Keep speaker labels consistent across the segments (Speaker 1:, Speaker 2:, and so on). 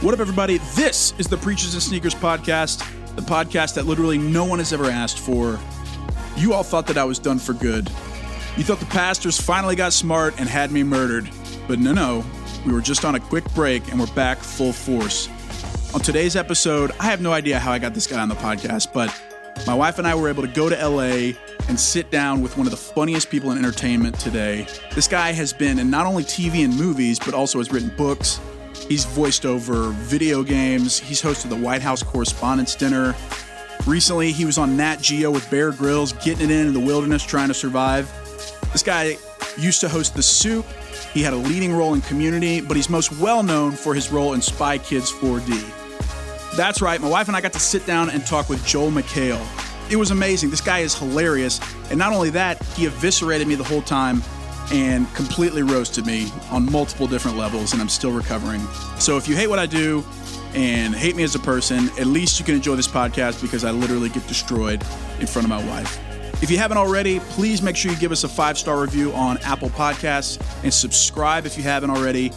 Speaker 1: What up, everybody? This is the Preachers and Sneakers podcast, the podcast that literally no one has ever asked for. You all thought that I was done for good. You thought the pastors finally got smart and had me murdered. But no, no, we were just on a quick break and we're back full force. On today's episode, I have no idea how I got this guy on the podcast, but my wife and I were able to go to LA and sit down with one of the funniest people in entertainment today. This guy has been in not only TV and movies, but also has written books. He's voiced over video games. He's hosted the White House Correspondents' Dinner. Recently, he was on Nat Geo with Bear Grylls, getting it in in the wilderness, trying to survive. This guy used to host The Soup. He had a leading role in Community, but he's most well known for his role in Spy Kids 4D. That's right, my wife and I got to sit down and talk with Joel McHale. It was amazing. This guy is hilarious. And not only that, he eviscerated me the whole time and completely roasted me on multiple different levels, and I'm still recovering. So if you hate what I do and hate me as a person, at least you can enjoy this podcast because I literally get destroyed in front of my wife. If you haven't already, please make sure you give us a five star review on Apple Podcasts and subscribe if you haven't already.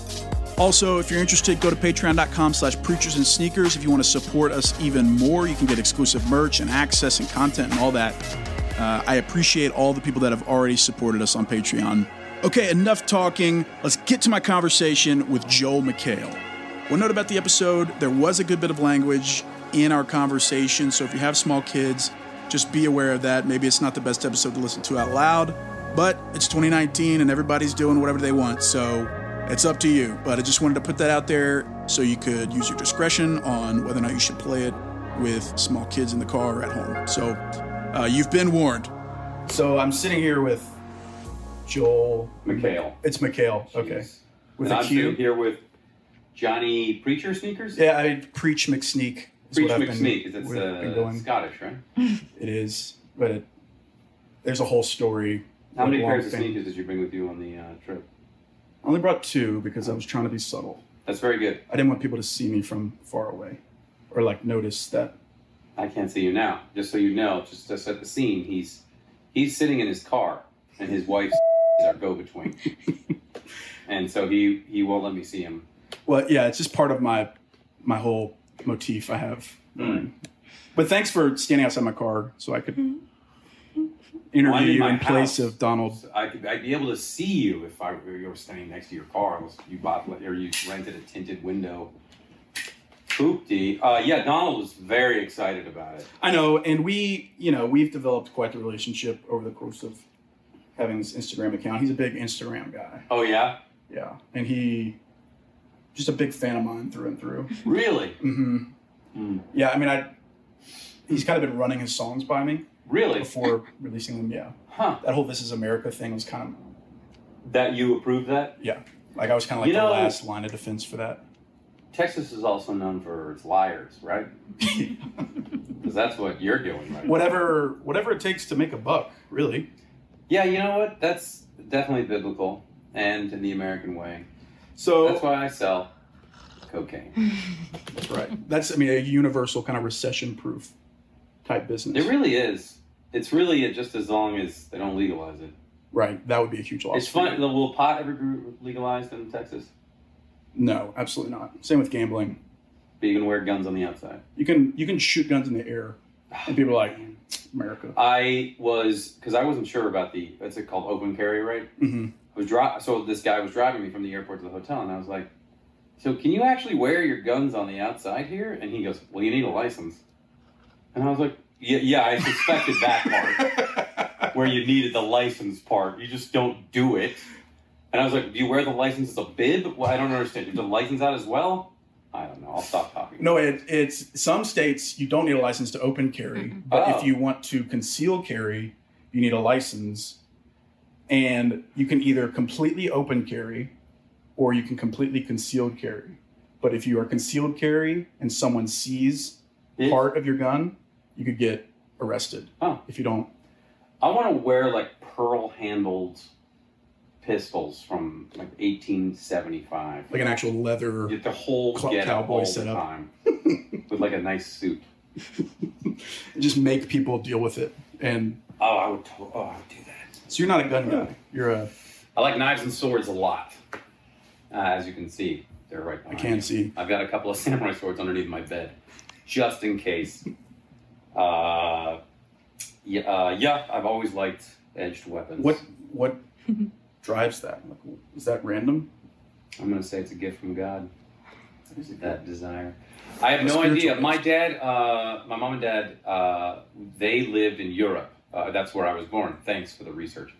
Speaker 1: Also, if you're interested, go to patreon.com slash preachers and sneakers. If you want to support us even more, you can get exclusive merch and access and content and all that. Uh, I appreciate all the people that have already supported us on Patreon. Okay, enough talking. Let's get to my conversation with Joel McHale. One note about the episode there was a good bit of language in our conversation, so if you have small kids, just be aware of that. Maybe it's not the best episode to listen to out loud, but it's 2019 and everybody's doing whatever they want, so it's up to you. But I just wanted to put that out there so you could use your discretion on whether or not you should play it with small kids in the car or at home. So uh, you've been warned. So I'm sitting here with Joel.
Speaker 2: Mikhail.
Speaker 1: It's Mikhail. Okay.
Speaker 2: Jeez.
Speaker 1: With
Speaker 2: and
Speaker 1: a
Speaker 2: I'm
Speaker 1: Q.
Speaker 2: sitting here with Johnny Preacher sneakers.
Speaker 1: Yeah, I preach McSneak. is
Speaker 2: Preach
Speaker 1: what I've been-
Speaker 2: McSneak. 'cause It's
Speaker 1: where I've been
Speaker 2: uh,
Speaker 1: going.
Speaker 2: Scottish, right?
Speaker 1: It is, but it, there's a whole story.
Speaker 2: How
Speaker 1: like,
Speaker 2: many
Speaker 1: long
Speaker 2: pairs of
Speaker 1: thing.
Speaker 2: sneakers did you bring with you on the uh, trip?
Speaker 1: I only brought two because I was trying to be subtle.
Speaker 2: That's very good.
Speaker 1: I didn't want people to see me from far away, or like notice that.
Speaker 2: I can't see you now. Just so you know, just to set the scene, he's he's sitting in his car, and his wife is our go-between, and so he he won't let me see him.
Speaker 1: Well, yeah, it's just part of my my whole motif I have.
Speaker 2: Hmm.
Speaker 1: Um, But thanks for standing outside my car so I could interview
Speaker 2: Well, I'm in
Speaker 1: you
Speaker 2: my
Speaker 1: in place
Speaker 2: house.
Speaker 1: of Donald.
Speaker 2: So I could, I'd be able to see you if I were you were standing next to your car unless you bought or you rented a tinted window. Poopty. Uh, yeah, Donald was very excited about it.
Speaker 1: I know, and we, you know, we've developed quite the relationship over the course of having this Instagram account. He's a big Instagram guy,
Speaker 2: Oh yeah,
Speaker 1: yeah, and he just a big fan of mine through and through.
Speaker 2: really?
Speaker 1: hmm
Speaker 2: Mm.
Speaker 1: Yeah, I mean, I he's kind of been running his songs by me
Speaker 2: Really?
Speaker 1: before releasing them. Yeah,
Speaker 2: Huh?
Speaker 1: that whole "This Is America" thing was kind
Speaker 2: That you approve that?
Speaker 1: of yeah, like I was kind of like
Speaker 2: You know-
Speaker 1: the last line of defense for that.
Speaker 2: Texas is also known for its liars, right? Because that's what you're doing right now.
Speaker 1: Whatever, whatever it takes to make a buck, really.
Speaker 2: Yeah, you know what? That's definitely biblical and in the American way.
Speaker 1: So
Speaker 2: That's why I sell cocaine.
Speaker 1: That's right. That's I mean a universal kind of recession-proof type business.
Speaker 2: It really is. It's really it just as long as they don't legalize it.
Speaker 1: right. That would be a huge loss.
Speaker 2: It's
Speaker 1: for
Speaker 2: fun.
Speaker 1: you.
Speaker 2: Will pot ever be legalized in Texas?
Speaker 1: No, absolutely not. Same with gambling.
Speaker 2: But you can wear guns on the outside.
Speaker 1: You can you can shoot guns in the air, and people are like, America.
Speaker 2: I was because I wasn't sure about the what's it called open carry, right?
Speaker 1: Mhm.
Speaker 2: I was dri- so this guy was driving me from the airport to the hotel, and I was like, "So can you actually wear your guns on the outside here?" And he goes, "Well, you need a license." And I was like, "Yeah, yeah, I suspected that part where you needed the license part. You just don't do it." And I was like, "Do you wear the license as a bib? Well, I don't understand. You have the license out as well? I don't know. I'll stop talking."
Speaker 1: No, it, it's some states you don't need a license to open carry, but
Speaker 2: Oh.
Speaker 1: if you want to conceal carry, you need a license, and you can either completely open carry, or you can completely concealed carry. But if you are concealed carry and someone sees
Speaker 2: It-
Speaker 1: part of your gun, you could get arrested.
Speaker 2: Oh.
Speaker 1: If you don't,
Speaker 2: I want to wear like pearl handled pistols from like 1875.
Speaker 1: like an actual leather.
Speaker 2: Get the whole
Speaker 1: Club
Speaker 2: get
Speaker 1: cowboy
Speaker 2: all the
Speaker 1: setup.
Speaker 2: time with like a nice suit.
Speaker 1: Just make people deal with it, and
Speaker 2: Oh, I would. To- oh, I would do that.
Speaker 1: so you're not a gun guy. You're a
Speaker 2: I like knives and swords a lot. Uh, as you can see, they're right behind.
Speaker 1: can
Speaker 2: you.
Speaker 1: see.
Speaker 2: I've got a couple of samurai swords underneath my bed, just in case. Uh, yeah, uh, yeah. I've always liked edged weapons.
Speaker 1: what what drives that? Like, is that random?
Speaker 2: I'm gonna say it's a gift from God. That desire. I have
Speaker 1: A
Speaker 2: no
Speaker 1: spiritual
Speaker 2: idea. My
Speaker 1: gift.
Speaker 2: dad, uh, my mom and dad, uh, they lived in Europe. Uh, that's where I was born. Thanks for the research.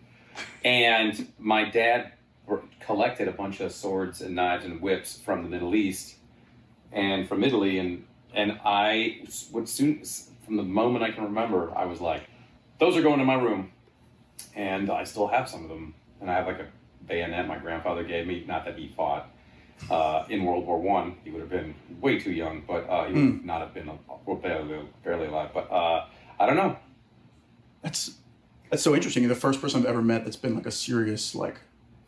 Speaker 2: And my dad wor- collected a bunch of swords and knives and whips from the Middle East and from Italy. And and I s- would soon, s- from the moment I can remember, I was like, "Those are going in my room." And I still have some of them. And I have like a bayonet my grandfather gave me. Not that he fought uh, in World War One. He would have been way too young, but uh, he
Speaker 1: Hmm.
Speaker 2: would not have been al- or barely, barely alive. But uh, I don't know.
Speaker 1: That's that's so interesting. You're the first person I've ever met that's been like a serious like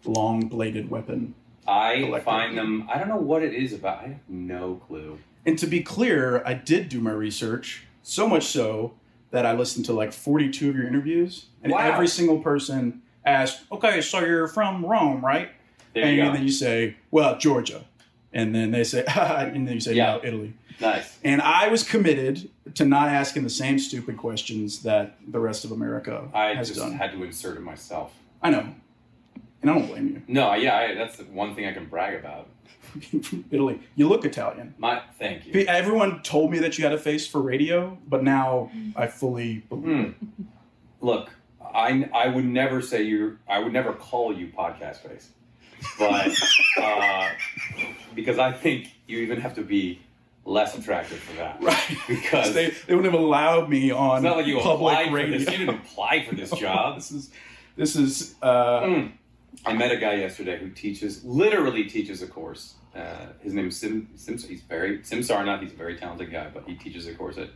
Speaker 1: long bladed weapon.
Speaker 2: I
Speaker 1: Collector.
Speaker 2: find them. I don't know what it is about. I have no clue.
Speaker 1: And to be clear, I did do my research so much so that I listened to like 42 of your interviews, and
Speaker 2: Wow.
Speaker 1: every single person asked, "Okay, so you're from Rome, right?"
Speaker 2: There
Speaker 1: and
Speaker 2: you go.
Speaker 1: then you say, "Well, Georgia," and then they say, and then you say,
Speaker 2: Yeah.
Speaker 1: "No, Italy."
Speaker 2: nice.
Speaker 1: And I was committed to not asking the same stupid questions that the rest of America
Speaker 2: I
Speaker 1: has
Speaker 2: just
Speaker 1: done.
Speaker 2: had to insert it myself.
Speaker 1: I know, and I don't blame you.
Speaker 2: No, yeah, I, that's the one thing I can brag about.
Speaker 1: from Italy. You look Italian.
Speaker 2: My thank
Speaker 1: Pe-
Speaker 2: you.
Speaker 1: Everyone told me that you had a face for radio, but now I fully believe.
Speaker 2: Hmm. Look, I I would never say you. I would never call you podcast face, but uh, because I think you even have to be less attractive for that.
Speaker 1: Right.
Speaker 2: Because
Speaker 1: they, they wouldn't have allowed me on
Speaker 2: It's not like you
Speaker 1: public
Speaker 2: applied
Speaker 1: radio. Oh,
Speaker 2: for this. You didn't apply for this job.
Speaker 1: this is this is uh,
Speaker 2: Mm. I met a guy yesterday who teaches, literally teaches a course. Uh, his name is Sim, Sim. He's very Sim Sarnath. He's a very talented guy, but he teaches a course at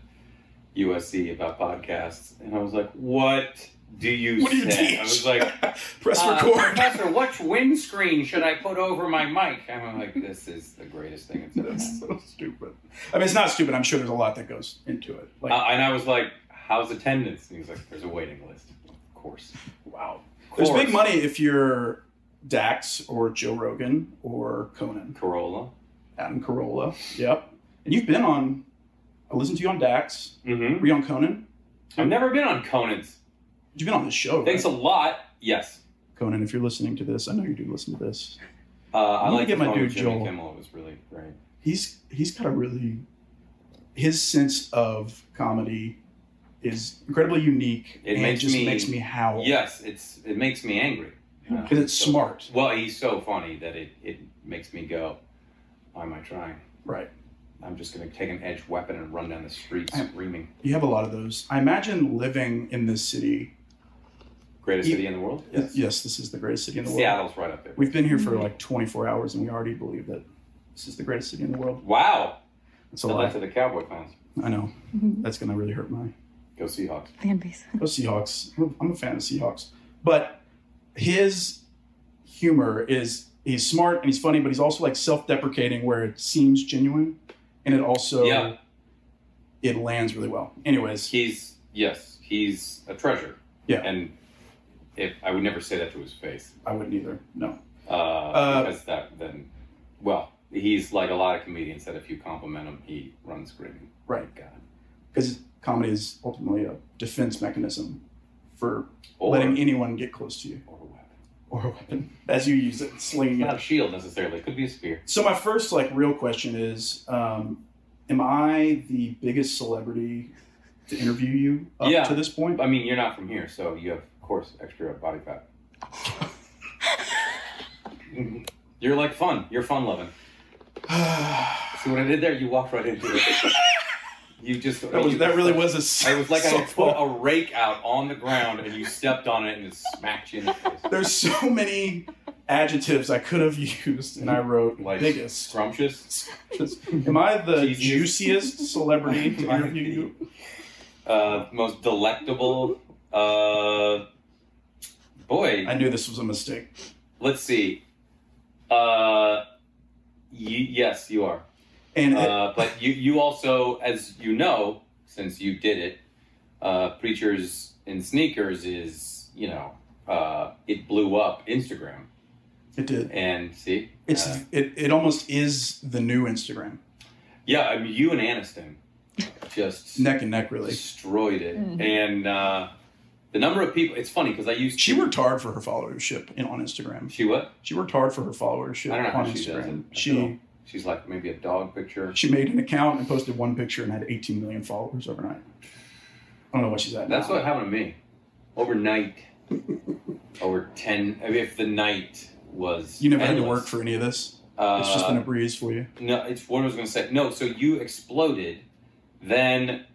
Speaker 2: USC about podcasts. And I was like, "What do you
Speaker 1: What do you
Speaker 2: say?"
Speaker 1: teach?
Speaker 2: I was like,
Speaker 1: press
Speaker 2: uh,
Speaker 1: record.
Speaker 2: "Professor, which windscreen should I put over my mic?" And I'm like, "This is the greatest thing that's ever
Speaker 1: That's
Speaker 2: happened."
Speaker 1: so stupid. I mean, it's not stupid. I'm sure there's a lot that goes into it. Like,
Speaker 2: Uh, and I was like, "How's attendance?" And he's like, "There's a waiting list." Of course.
Speaker 1: wow.
Speaker 2: Of
Speaker 1: There's
Speaker 2: course.
Speaker 1: big money if you're Dax or Joe Rogan or Conan,
Speaker 2: Corolla.
Speaker 1: Adam Carolla. Yep. And you've been on. I listened to you on Dax.
Speaker 2: Mm-hmm.
Speaker 1: Were you on Conan?
Speaker 2: I've never been on Conan's.
Speaker 1: You've been on this show.
Speaker 2: Thanks a
Speaker 1: right?
Speaker 2: lot. Yes.
Speaker 1: Conan. If you're listening to this, I know you do listen to this.
Speaker 2: Uh, I
Speaker 1: need to
Speaker 2: like
Speaker 1: get
Speaker 2: the
Speaker 1: my
Speaker 2: phone with
Speaker 1: dude
Speaker 2: Jimmy
Speaker 1: Joel.
Speaker 2: Kimmel. It was really great.
Speaker 1: He's he's got a really his sense of comedy is incredibly unique.
Speaker 2: It
Speaker 1: and
Speaker 2: makes
Speaker 1: just
Speaker 2: me-
Speaker 1: makes me howl.
Speaker 2: Yes, it's it makes me angry. you know?
Speaker 1: because it's
Speaker 2: So-
Speaker 1: smart,
Speaker 2: Well, he's so funny that it, it makes me go, why am I trying?
Speaker 1: right?
Speaker 2: I'm just going to take an edge weapon and run down the street
Speaker 1: I-
Speaker 2: screaming.
Speaker 1: You have a lot of those. I imagine living in this city.
Speaker 2: Greatest
Speaker 1: You-
Speaker 2: city in the world?
Speaker 1: Yes, this is the greatest city in the world.
Speaker 2: Seattle's right up there.
Speaker 1: We've been here for like 24 hours, and we already believe that this is the greatest city in the world.
Speaker 2: Wow.
Speaker 1: It's a
Speaker 2: Tell that
Speaker 1: lot.
Speaker 2: to the Cowboy fans.
Speaker 1: I know that's gonna really hurt my
Speaker 2: Go Seahawks.
Speaker 3: Fan base.
Speaker 1: Go Seahawks. I'm a fan of Seahawks. But his humor is he's smart and he's funny, but he's also like self-deprecating where it seems genuine, and it also
Speaker 2: Yeah.
Speaker 1: it lands really well. Anyways,
Speaker 2: He's yes, he's a treasure.
Speaker 1: Yeah.
Speaker 2: and if I would never say that to his face,
Speaker 1: I wouldn't either. No.
Speaker 2: uh, because that then, well, he's like a lot of comedians that if you compliment him, he runs screaming.
Speaker 1: Right.
Speaker 2: God.
Speaker 1: Because comedy is ultimately a defense mechanism for
Speaker 2: Or,
Speaker 1: letting anyone get close to you
Speaker 2: or a weapon.
Speaker 1: or a weapon as you use it, slinging it.
Speaker 2: Not a shield necessarily. It could be a spear.
Speaker 1: So my first like real question is, um, am I the biggest celebrity to interview you up
Speaker 2: Yeah.
Speaker 1: to this point?
Speaker 2: I mean, you're not from here, so you have, of course, extra body fat. Mhm. you're like fun. You're fun loving.
Speaker 1: that
Speaker 2: See what I did there? You walked right into it. You just
Speaker 1: was
Speaker 2: you-
Speaker 1: that really was a s-
Speaker 2: It was like I had put
Speaker 1: softball.
Speaker 2: a rake out on the ground and you stepped on it and it smacked you in the face.
Speaker 1: There's so many adjectives I could have used, and I wrote
Speaker 2: Like
Speaker 1: biggest.
Speaker 2: scrumptious.
Speaker 1: Just- am I the
Speaker 2: Jesus.
Speaker 1: juiciest celebrity to
Speaker 2: Am I
Speaker 1: interview
Speaker 2: the-
Speaker 1: you?
Speaker 2: Uh, most delectable. Uh, boy,
Speaker 1: I knew this was a mistake.
Speaker 2: let's see. Uh, y- yes, you are.
Speaker 1: And it-
Speaker 2: Uh, but you, you also, as you know, since you did it, uh, preachers in sneakers is you know uh, it blew up Instagram
Speaker 1: it did.
Speaker 2: and see
Speaker 1: It's
Speaker 2: uh,
Speaker 1: it, it almost is the new Instagram.
Speaker 2: yeah I mean you and Aniston just
Speaker 1: Neck and neck really.
Speaker 2: destroyed it
Speaker 4: Mhm.
Speaker 2: and uh, the number of people it's funny because I used
Speaker 1: She
Speaker 2: to,
Speaker 1: worked hard for her followership in, on Instagram.
Speaker 2: she what
Speaker 1: She worked hard for her followership
Speaker 2: I don't know how
Speaker 1: on
Speaker 2: she does it
Speaker 1: Instagram.
Speaker 2: I
Speaker 1: She
Speaker 2: feel- she's like maybe a dog picture
Speaker 1: she made an account and posted one picture and had 18 million followers overnight. I don't know what she's at.
Speaker 2: that's
Speaker 1: now.
Speaker 2: what happened to me overnight over ten I mean, if the night was
Speaker 1: You never had to
Speaker 2: endless,
Speaker 1: work for any of this.
Speaker 2: uh,
Speaker 1: It's just been a breeze for you.
Speaker 2: No, it's what I was going to say. No, so you exploded. Then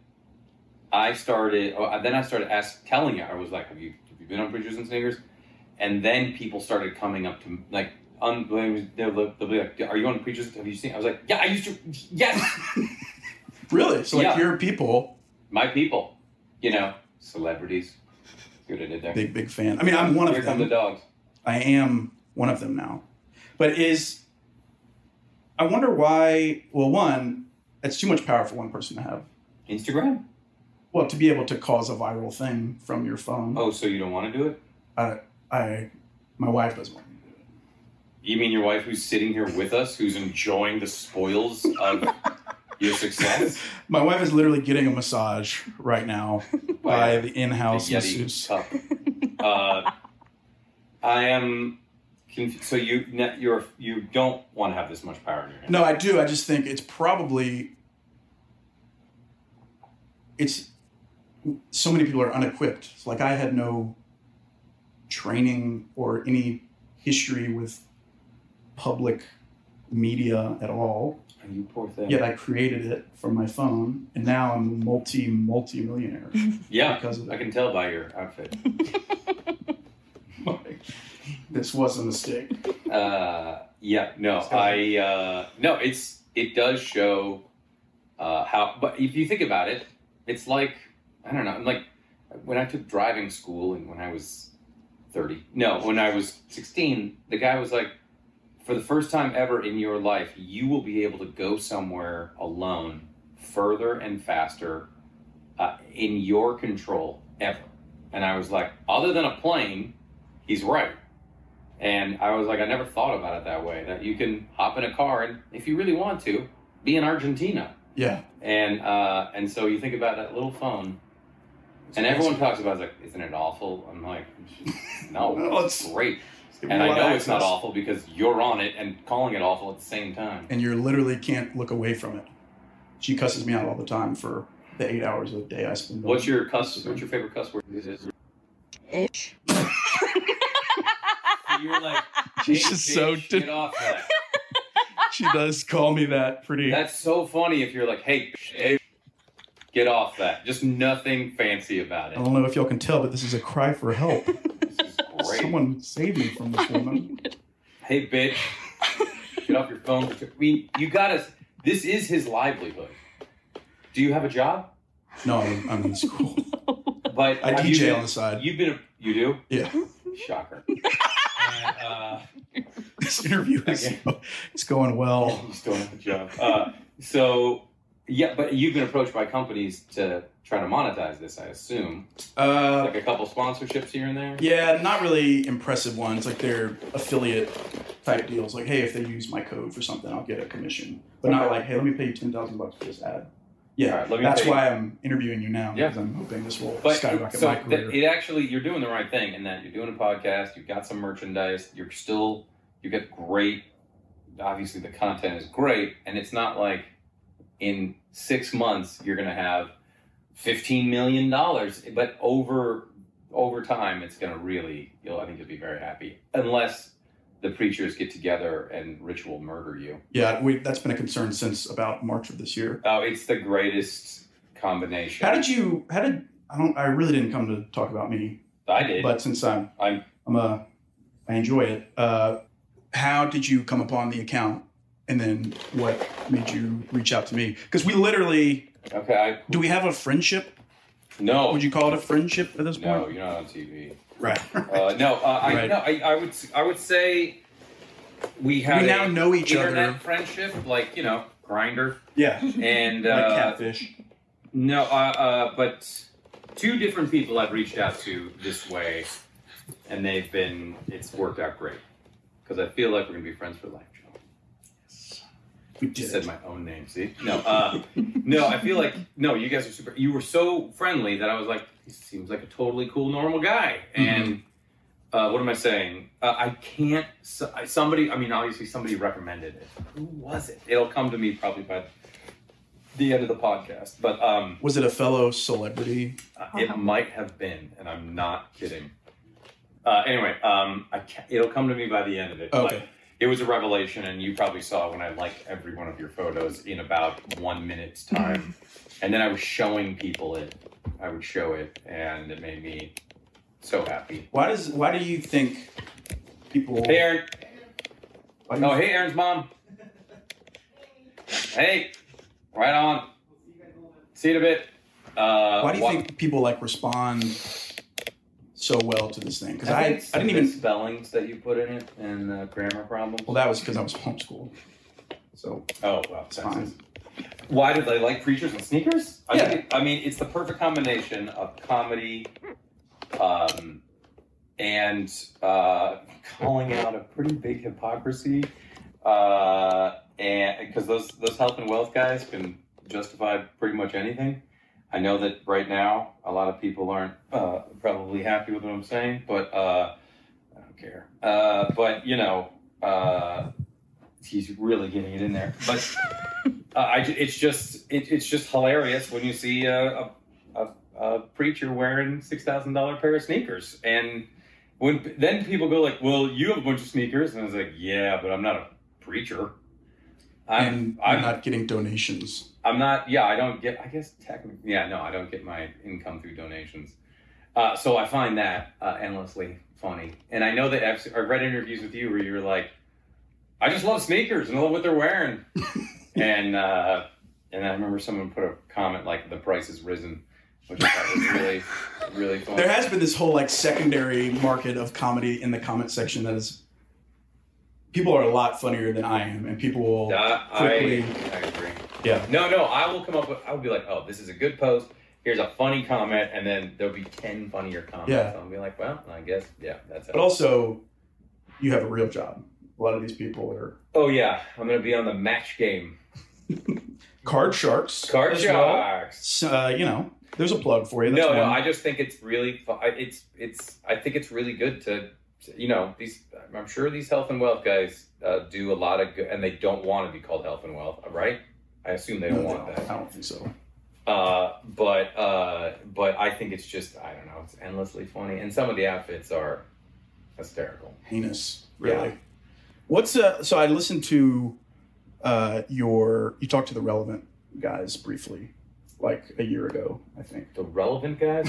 Speaker 2: I started. Oh, then I started ask, telling you. I was like, "Have you have you been on Preachers and Sneakers?" And then people started coming up to me, like, um, unbelievable. They'll, they'll be like, "Are you on Preachers? Have you seen?" I was like, "Yeah, I used to. Yes,
Speaker 1: Really? So like
Speaker 2: Yeah.
Speaker 1: your people,
Speaker 2: my people. You know, celebrities. See what I did there?
Speaker 1: big big fan. I mean, I'm one
Speaker 2: Here
Speaker 1: of
Speaker 2: come the
Speaker 1: them.
Speaker 2: dogs.
Speaker 1: I am one of them now. But is I wonder why? Well, one, that's too much power for one person to have.
Speaker 2: Instagram.
Speaker 1: Well, to be able to cause a viral thing from your phone,
Speaker 2: Oh, so you don't want to do it?
Speaker 1: I, my wife doesn't want me to do it.
Speaker 2: You mean your wife, who's sitting here with us, who's enjoying the spoils of your success?
Speaker 1: My wife is literally getting a massage right now by the
Speaker 2: the
Speaker 1: in-house
Speaker 2: Yeti
Speaker 1: masseuse.
Speaker 2: cup. Uh, I am. Conf- so you ne- you're you don't want to have this much power in your hand.
Speaker 1: No, I do. I just think it's probably it's so many people are unequipped. It's like I had no training or any history with public media at all.
Speaker 2: And you poor thing.
Speaker 1: Yet I created it from my phone, and now I'm multi multi millionaire
Speaker 2: yeah.
Speaker 1: because of
Speaker 2: I
Speaker 1: it.
Speaker 2: can tell by your outfit.
Speaker 1: this was a mistake.
Speaker 2: Uh, yeah. No, I uh, no. It's it does show uh, how. But if you think about it, it's like I don't know. Like when I took driving school and when I was thirty. No, when I was sixteen, the guy was like. for the first time ever in your life, you will be able to go somewhere alone further and faster uh, in your control ever. And I was like, other than a plane, he's right. And I was like, I never thought about it that way that you can hop in a car and, if you really want to, be in Argentina.
Speaker 1: Yeah,
Speaker 2: And uh, and so you think about that little phone, and everyone talks about it, it's like, isn't it awful? I'm like, no,
Speaker 1: Well,
Speaker 2: it's
Speaker 1: it's-
Speaker 2: great.
Speaker 1: It's giving
Speaker 2: And
Speaker 1: you
Speaker 2: I
Speaker 1: a
Speaker 2: know
Speaker 1: lot of
Speaker 2: it's not
Speaker 1: access.
Speaker 2: awful because you're on it and calling it awful at the same time.
Speaker 1: and you literally can't look away from it. She cusses me out all the time for the eight hours of the day I spend.
Speaker 2: What's your cuss? What's your favorite cuss word? Is it-
Speaker 4: Ish.
Speaker 2: You're like,
Speaker 1: She's
Speaker 2: "Hey,
Speaker 1: just
Speaker 2: bitch,
Speaker 1: so
Speaker 2: get off that.
Speaker 1: she does call me that pretty.
Speaker 2: That's so funny. If you're like, hey, bitch, hey, get off that. Just nothing fancy about
Speaker 1: I
Speaker 2: it.
Speaker 1: don't know if y'all can tell, but this is a cry for help.
Speaker 2: This is great.
Speaker 1: Oh, Someone save me from this woman.
Speaker 2: Hey, bitch, get off your phone. I mean, you got us. This is his livelihood. Do you have a job?
Speaker 1: No, I'm, I'm in school.
Speaker 2: But
Speaker 1: I
Speaker 2: have you
Speaker 1: DJ
Speaker 2: been-
Speaker 1: on the side.
Speaker 2: You've been. A, you do.
Speaker 1: Yeah,
Speaker 2: Shocker. and, uh,
Speaker 1: This interview is
Speaker 2: Okay.
Speaker 1: it's going well.
Speaker 2: He's doing the job. Uh, so, yeah, but you've been approached by companies to try to monetize this, I assume.
Speaker 1: Uh,
Speaker 2: Like a couple sponsorships here and there.
Speaker 1: yeah, not really impressive ones. Like they're affiliate type deals. Like, hey, if they use my code for something, I'll get a commission. But not like, hey, let me pay you ten thousand bucks for this ad. Yeah,
Speaker 2: All right, let me
Speaker 1: that's
Speaker 2: pay you-
Speaker 1: why I'm interviewing you now.
Speaker 2: Yeah.
Speaker 1: because I'm hoping this will
Speaker 2: But
Speaker 1: skyrocket
Speaker 2: so
Speaker 1: my
Speaker 2: that-
Speaker 1: career.
Speaker 2: it actually, you're doing the right thing in that you're doing a podcast, you've got some merchandise, you're still, you get great, obviously the content is great, and it's not like in six months you're going to have $15 million, but over over time it's going to really, you'll, I think you'll be very happy. Unless the preachers get together and ritual murder you.
Speaker 1: yeah, we, that's been a concern since about March of this year.
Speaker 2: Oh, it's the greatest combination.
Speaker 1: How did you? How did I don't? I really didn't come to talk about me,
Speaker 2: I did.
Speaker 1: but since I'm
Speaker 2: I'm-
Speaker 1: I'm a I enjoy it. Uh, how did you come upon the account, and then what made you reach out to me? Because we literally
Speaker 2: okay, I,
Speaker 1: do we have a friendship?
Speaker 2: no.
Speaker 1: Would you call it a friendship at this
Speaker 2: no,
Speaker 1: point?
Speaker 2: you're not on TV.
Speaker 1: Right.
Speaker 2: Uh, no, uh, I,
Speaker 1: Right.
Speaker 2: no I, I would I would say we have
Speaker 1: We now know each other.
Speaker 2: internet friendship, like you know, grinder
Speaker 1: yeah. Like
Speaker 2: and uh,
Speaker 1: catfish.
Speaker 2: no, uh, uh, but two different people I've reached out to this way, and they've been it's worked out great because I feel like we're gonna be friends for life. John.
Speaker 1: We
Speaker 2: I
Speaker 1: did.
Speaker 2: just said
Speaker 1: it.
Speaker 2: my own name. See, no, uh, no, I feel like no, you guys are super. You were so friendly that I was like, he seems like a totally cool, normal guy. And uh, what am I saying? Uh, I can't. so- I- Somebody, I mean, obviously, somebody recommended it. Who was it? It'll come to me probably by the end of the podcast. But um,
Speaker 1: Was it a fellow celebrity?
Speaker 2: uh, it might have been, and I'm not kidding. Uh, anyway, um, I ca it'll come to me by the end of it. but
Speaker 1: Okay.
Speaker 2: it was a revelation, and you probably saw when I liked every one of your photos in about one minute's
Speaker 1: Mm-hmm.
Speaker 2: time. and then I was showing people it. I would show it, and it made me so happy.
Speaker 1: Why does why do you think people?
Speaker 2: Hey, Aaron.
Speaker 1: why do you-
Speaker 2: Oh, hey, Aaron's mom. Hey, right on. See you in a bit. Uh,
Speaker 1: Why do you
Speaker 2: wha-
Speaker 1: think people like respond so well to this thing? Because I, I,
Speaker 2: think
Speaker 1: didn't
Speaker 2: the
Speaker 1: even.
Speaker 2: spellings that you put in it and uh, grammar problems.
Speaker 1: Well, that was because I was homeschooled. So
Speaker 2: Oh, well,
Speaker 1: it's fine.
Speaker 2: Why do they like preachers and sneakers? I,
Speaker 1: Yeah.
Speaker 2: think it- I mean, it's the perfect combination of comedy um, and uh, calling out a pretty big hypocrisy. Uh, and because those those health and wealth guys can justify pretty much anything. I know that right now a lot of people aren't uh, probably happy with what I'm saying, but uh, I don't care. Uh, but you know, uh, he's really getting it in there. But uh, I, ju- it's just it, it's just hilarious when you see a, a, a, a preacher wearing six thousand dollar pair of sneakers, and when then people go like, "Well, you have a bunch of sneakers," and I was like, "Yeah, but I'm not a preacher. I'm
Speaker 1: and I'm,
Speaker 2: I'm
Speaker 1: not getting donations.
Speaker 2: I'm not. Yeah, I don't get. I guess technically, yeah, no, I don't get my income through donations. Uh, so I find that uh, endlessly funny. And I know that I've, I've read interviews with you where you were like, "I just love sneakers and I love what they're wearing." and uh, and I remember someone put a comment like, "The price has risen," which I thought was really, really funny.
Speaker 1: There has been this whole like secondary market of comedy in the comment section that is. People are a lot funnier than I am, and people will
Speaker 2: Uh, I,
Speaker 1: quickly.
Speaker 2: I agree.
Speaker 1: Yeah.
Speaker 2: No, no, I will come up with. I will be like, "Oh, this is a good post." Here's a funny comment, and then there'll be ten funnier comments.
Speaker 1: Yeah.
Speaker 2: I'll be like, "Well, I guess, yeah, that's it."
Speaker 1: But also, you have a real job. A lot of these people are
Speaker 2: Oh yeah, I'm gonna be on the match game.
Speaker 1: card sharks.
Speaker 2: Card
Speaker 1: as well.
Speaker 2: sharks.
Speaker 1: So, uh, you know, there's a plug for you. That's
Speaker 2: No, no,
Speaker 1: one.
Speaker 2: I just think it's really, fu- I- it's, it's. I think it's really good to, to- you know, these. I'm sure these health and wealth guys uh, do a lot of good, and they don't want to be called health and wealth, right? I assume they
Speaker 1: No,
Speaker 2: don't
Speaker 1: they
Speaker 2: want
Speaker 1: don't.
Speaker 2: that.
Speaker 1: I don't think so.
Speaker 2: Uh, but, uh, but I think it's just, I don't know, it's endlessly funny, and some of the outfits are hysterical.
Speaker 1: heinous,
Speaker 2: Yeah.
Speaker 1: really. What's uh? So I listened to uh your you talked to the relevant guys briefly, like a year ago, I think.
Speaker 2: The relevant guys.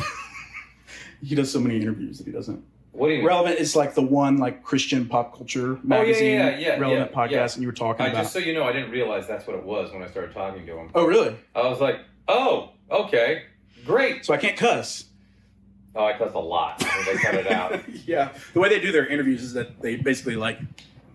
Speaker 1: He does so many interviews that he doesn't.
Speaker 2: What do you? mean?
Speaker 1: Relevant is like the one like Christian pop culture magazine,
Speaker 2: Oh, yeah, yeah,
Speaker 1: relevant
Speaker 2: yeah,
Speaker 1: podcast,
Speaker 2: yeah.
Speaker 1: and you were talking
Speaker 2: I
Speaker 1: about.
Speaker 2: just so you know, I didn't realize that's what it was when I started talking to him.
Speaker 1: oh, really?
Speaker 2: I was like, oh, okay, great.
Speaker 1: So I can't cuss.
Speaker 2: Oh, I cussed a lot. I think They cut it out.
Speaker 5: yeah. The way they do their interviews is that they basically like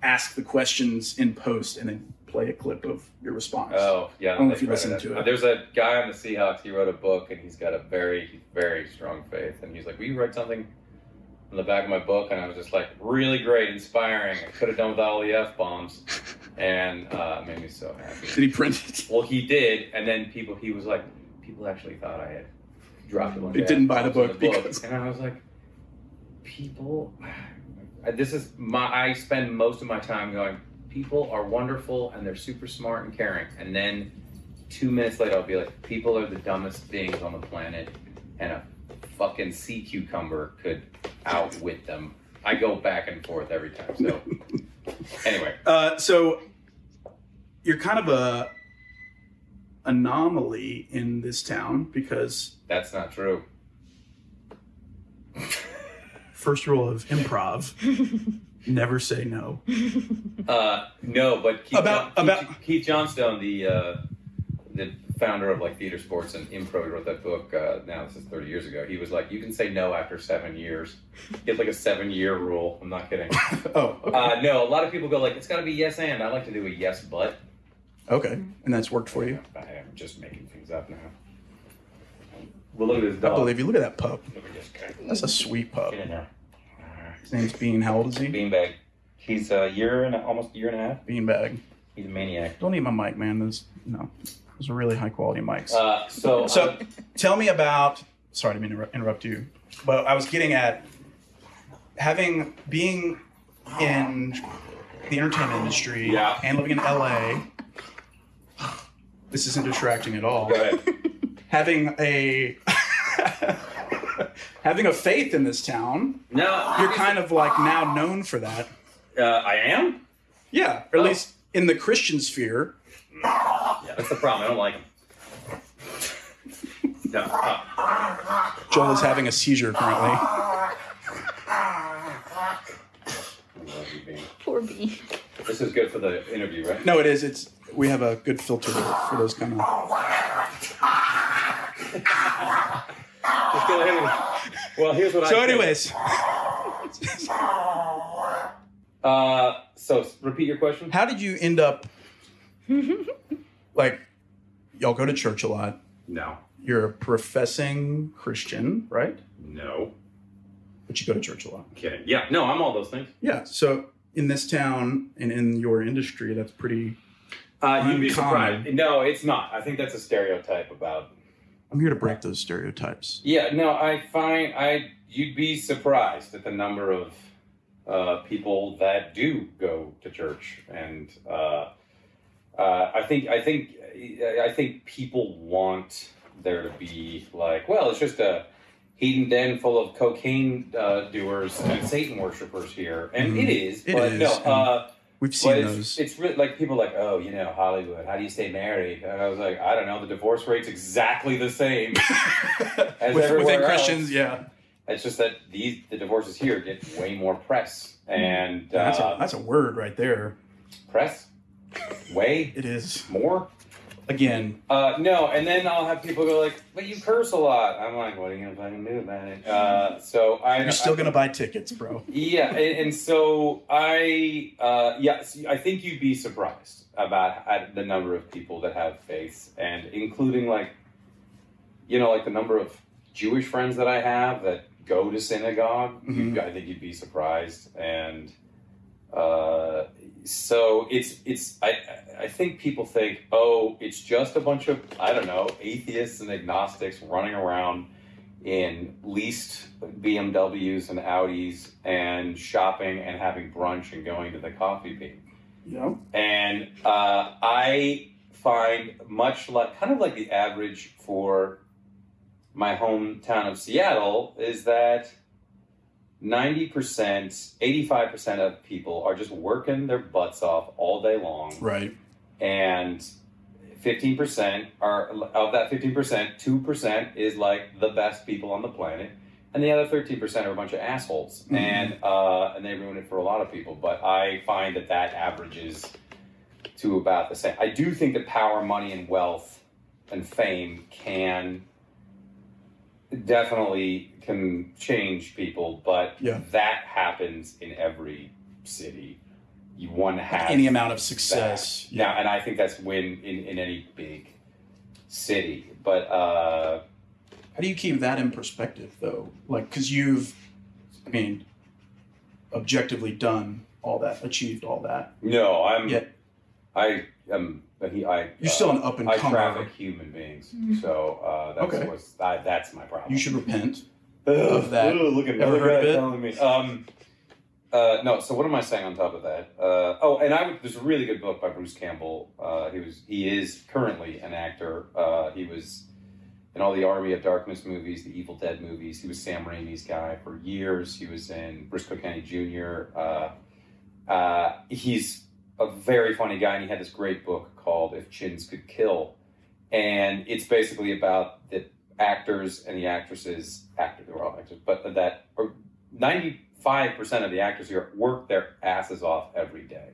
Speaker 5: ask the questions in post and then play a clip of your response.
Speaker 2: Oh, yeah.
Speaker 5: I don't know
Speaker 2: they
Speaker 5: if you
Speaker 2: tried
Speaker 5: listened to
Speaker 2: Uh,
Speaker 5: it.
Speaker 2: There's a guy on the Seahawks. He wrote a book, and he's got a very, very strong faith. And he's like, "Will you write something on the back of my book?" And I was just like, "Really great, inspiring. I could have done with all the f bombs," and uh, it made me so
Speaker 5: Did
Speaker 2: happy.
Speaker 5: he print it?
Speaker 2: Well, he did, and then people. He was like, people actually thought I had dropped a bunch.
Speaker 5: They
Speaker 2: of
Speaker 5: didn't buy the
Speaker 2: F-bombs on
Speaker 5: book
Speaker 2: the
Speaker 5: because-
Speaker 2: and I was like, people. I- This is my. I spend most of my time going. People are wonderful and they're super smart and caring, and then two minutes later, I'll be like, people are the dumbest beings on the planet, and a fucking sea cucumber could outwit them. I go back and forth every time. So, anyway,
Speaker 5: Uh, so you're kind of a anomaly in this town because
Speaker 2: that's not true.
Speaker 5: first rule of improv never say no
Speaker 2: Uh, no, but Keith,
Speaker 5: About-
Speaker 2: John- Keith-
Speaker 5: about-
Speaker 2: Keith Johnstone, the uh, the founder of like theater sports and improv, he wrote that book. Uh, now this is thirty years ago. He was like, you can say no after seven years. He had like a seven year rule. I'm not kidding.
Speaker 1: Oh, okay.
Speaker 2: Uh, no, a lot of people go like, it's got to be yes and. I like to do a yes but.
Speaker 1: okay. And that's worked for you.
Speaker 2: I am just making things up now. Well, look at this
Speaker 1: I
Speaker 2: dog.
Speaker 1: believe you. Look at that pup.
Speaker 2: Look at this guy.
Speaker 1: That's a sweet pup.
Speaker 2: Get in there.
Speaker 1: His name's Bean. How old is he?
Speaker 2: Uh, Beanbag. He's a year and a, almost a year and a half.
Speaker 1: Beanbag.
Speaker 2: He's a maniac.
Speaker 1: Don't eat my mic, man. Those no. Those are really high quality mics.
Speaker 2: Uh, so,
Speaker 1: so tell me about sorry to inter- interrupt you but i was getting at having being in the entertainment industry
Speaker 2: Yeah.
Speaker 1: and living in la this isn't distracting at all
Speaker 2: go ahead.
Speaker 1: having a having a faith in this town
Speaker 2: No,
Speaker 1: you're kind of like now known for that
Speaker 2: Uh, I am.
Speaker 1: yeah or
Speaker 2: Oh.
Speaker 1: at least in the christian sphere
Speaker 2: That's the problem. I don't like him. No. uh,
Speaker 1: joel is having a seizure currently
Speaker 2: I love you, Bean.
Speaker 4: Poor bee.
Speaker 2: This is good for the interview, right?
Speaker 1: No, it is. It's we have a good filter for those kind of.
Speaker 2: Let's go ahead. and- Well, here's what I.
Speaker 1: So,
Speaker 2: think.
Speaker 1: anyways,
Speaker 2: Uh, so s- repeat your question.
Speaker 1: how did you end up? like, y'all go to church a lot.
Speaker 2: No.
Speaker 1: You're a professing Christian, right?
Speaker 2: No.
Speaker 1: But you go to church a lot.
Speaker 2: Kidding. Yeah. No, I'm all those things.
Speaker 1: Yeah. So in this town and in your industry, that's pretty.
Speaker 2: Uh, you'd
Speaker 1: Uncommon.
Speaker 2: be surprised. No, it's not. I think that's a stereotype about.
Speaker 1: I'm here to break those stereotypes.
Speaker 2: Yeah, no, I find I you'd be surprised at the number of uh, people that do go to church, and uh, uh, I think I think I think people want there to be like, well, it's just a heathen den full of cocaine uh, doers and Satan worshippers here, and it is,
Speaker 1: Mm-hmm. It
Speaker 2: but
Speaker 1: is,
Speaker 2: no.
Speaker 1: and-
Speaker 2: Uh,
Speaker 1: We've
Speaker 2: but
Speaker 1: seen
Speaker 2: it's,
Speaker 1: those.
Speaker 2: it's really like people are like, oh, you know, Hollywood. How do you stay married? And I was like, I don't know. The divorce rate's exactly the same as
Speaker 1: With-
Speaker 2: everywhere
Speaker 1: within
Speaker 2: else.
Speaker 1: Christians, yeah.
Speaker 2: It's just that these the divorces here get way more press and uh,
Speaker 1: Mm. That's a, that's a word right there.
Speaker 2: press way
Speaker 1: It is.
Speaker 2: more.
Speaker 1: Again,
Speaker 2: Uh, no, and then I'll have people go like, but you curse a lot. I'm like, what are you gonna fucking do about it? Uh, so I
Speaker 1: you're still gonna buy tickets, bro.
Speaker 2: yeah and, and so i uh yes i think you'd be surprised about at the number of people that have faith and including like you know like the number of jewish friends that i have that go to synagogue you, i think you'd be surprised and uh so it's it's i I- i think people think oh it's just a bunch of i don't know atheists and agnostics running around in leased BMWs and Audis and shopping and having brunch and going to the coffee bean.
Speaker 1: You know.
Speaker 2: And uh, I find much like, kind of like the average for my hometown of Seattle, is that 90%, 85% of people are just working their butts off all day long
Speaker 1: Right.
Speaker 2: and 15% are of that 15% 2% is like the best people on the planet and the other 13% are a bunch of assholes
Speaker 1: Mhm.
Speaker 2: and uh, and they ruin it for a lot of people but i find that that averages to about the same i do think that power money and wealth and fame can definitely can change people but
Speaker 1: Yeah.
Speaker 2: that happens in every city. You one has
Speaker 1: any amount of success.
Speaker 2: Yeah. Now, and I think that's win in, in any big city. But uh,
Speaker 1: How do you keep that in perspective, though? Like, because you've, I mean, objectively done all that, achieved all that.
Speaker 2: no, I'm
Speaker 1: Yet
Speaker 2: I am he I
Speaker 1: you're
Speaker 2: uh,
Speaker 1: still an up and
Speaker 2: I
Speaker 1: comer.
Speaker 2: traffic human beings, so uh, that's
Speaker 1: Okay.
Speaker 2: what's I, that's my problem.
Speaker 1: You should repent.
Speaker 2: Ugh,
Speaker 1: of that.
Speaker 2: ugh, look at
Speaker 1: Ever
Speaker 2: another
Speaker 1: heard
Speaker 2: guy
Speaker 1: of it?
Speaker 2: telling me. Um, uh, no, so what am I saying on top of that? Uh, oh, and I would, there's a really good book by Bruce Campbell. Uh, he was he is currently an actor. Uh, he was in all the Army of Darkness movies, the Evil Dead movies. He was Sam Raimi's guy for years. He was in Briscoe County Jr. Uh, uh, he's a very funny guy, and he had this great book called "If Chins Could Kill," and it's basically about the actors and the actresses actor they were all actors but that or 95% of the actors here work their asses off every day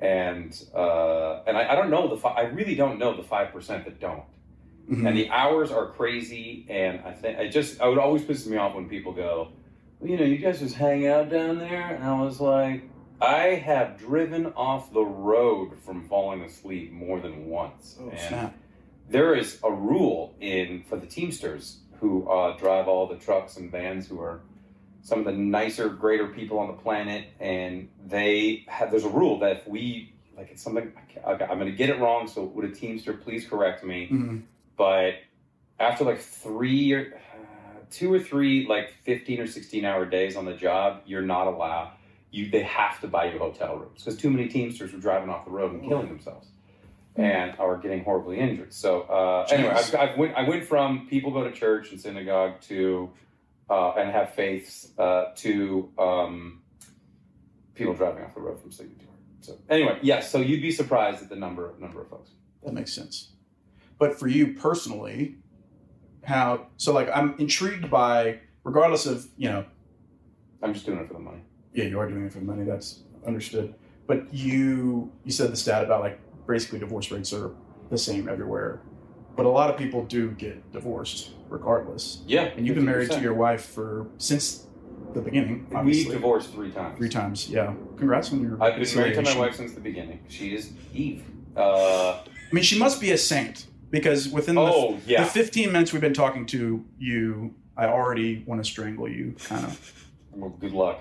Speaker 2: and uh, and I, I don't know the fi- I really don't know the 5% that don't
Speaker 1: Hmm.
Speaker 2: and
Speaker 1: Mm-hmm.
Speaker 2: the hours are crazy and I think I just I would always piss me off when people go well, you know you guys just hang out down there and I was like I have driven off the road from falling asleep more than once
Speaker 1: Oh,
Speaker 2: And-
Speaker 1: snap.
Speaker 2: there is a rule in for the Teamsters who uh, drive all the trucks and vans who are some of the nicer, greater people on the planet, and they have. There's a rule that if we like it's something I can't- okay, I'm going to get it wrong. So would a Teamster please correct me?
Speaker 1: Mhm.
Speaker 2: But after like three or uh, two or three like 15 or 16 hour days on the job, you're not allowed. You they have to buy you hotel rooms because too many Teamsters were driving off the road and killing themselves and are getting horribly injured. So uh, anyway, I've,
Speaker 1: Jeez.
Speaker 2: I've went, I went from people go to church and synagogue to uh, and have faiths uh, to um, people driving off the road from sleeping to work. So anyway, yes. so you'd be surprised at the number number of folks.
Speaker 1: That makes sense. But for you personally, how? So like, I'm intrigued by, regardless of you know,
Speaker 2: I'm just doing it for the money.
Speaker 1: yeah, you are doing it for money. That's understood. But you you said the stat about like basically divorce rates are the same everywhere, but a lot of people do get divorced regardless.
Speaker 2: Yeah,
Speaker 1: And you've been married to
Speaker 2: 50%.
Speaker 1: your wife for since the beginning.
Speaker 2: We
Speaker 1: Obviously.
Speaker 2: divorced three times.
Speaker 1: three times. Yeah. Congrats on your.
Speaker 2: I've been married to my
Speaker 1: reconciliation.
Speaker 2: wife since the beginning. She is Eve. Uh,
Speaker 1: I mean, she must be a saint because within the,
Speaker 2: oh yeah.
Speaker 1: the 15 minutes we've been talking to you, I already want to strangle you, kind of.
Speaker 2: well, good luck.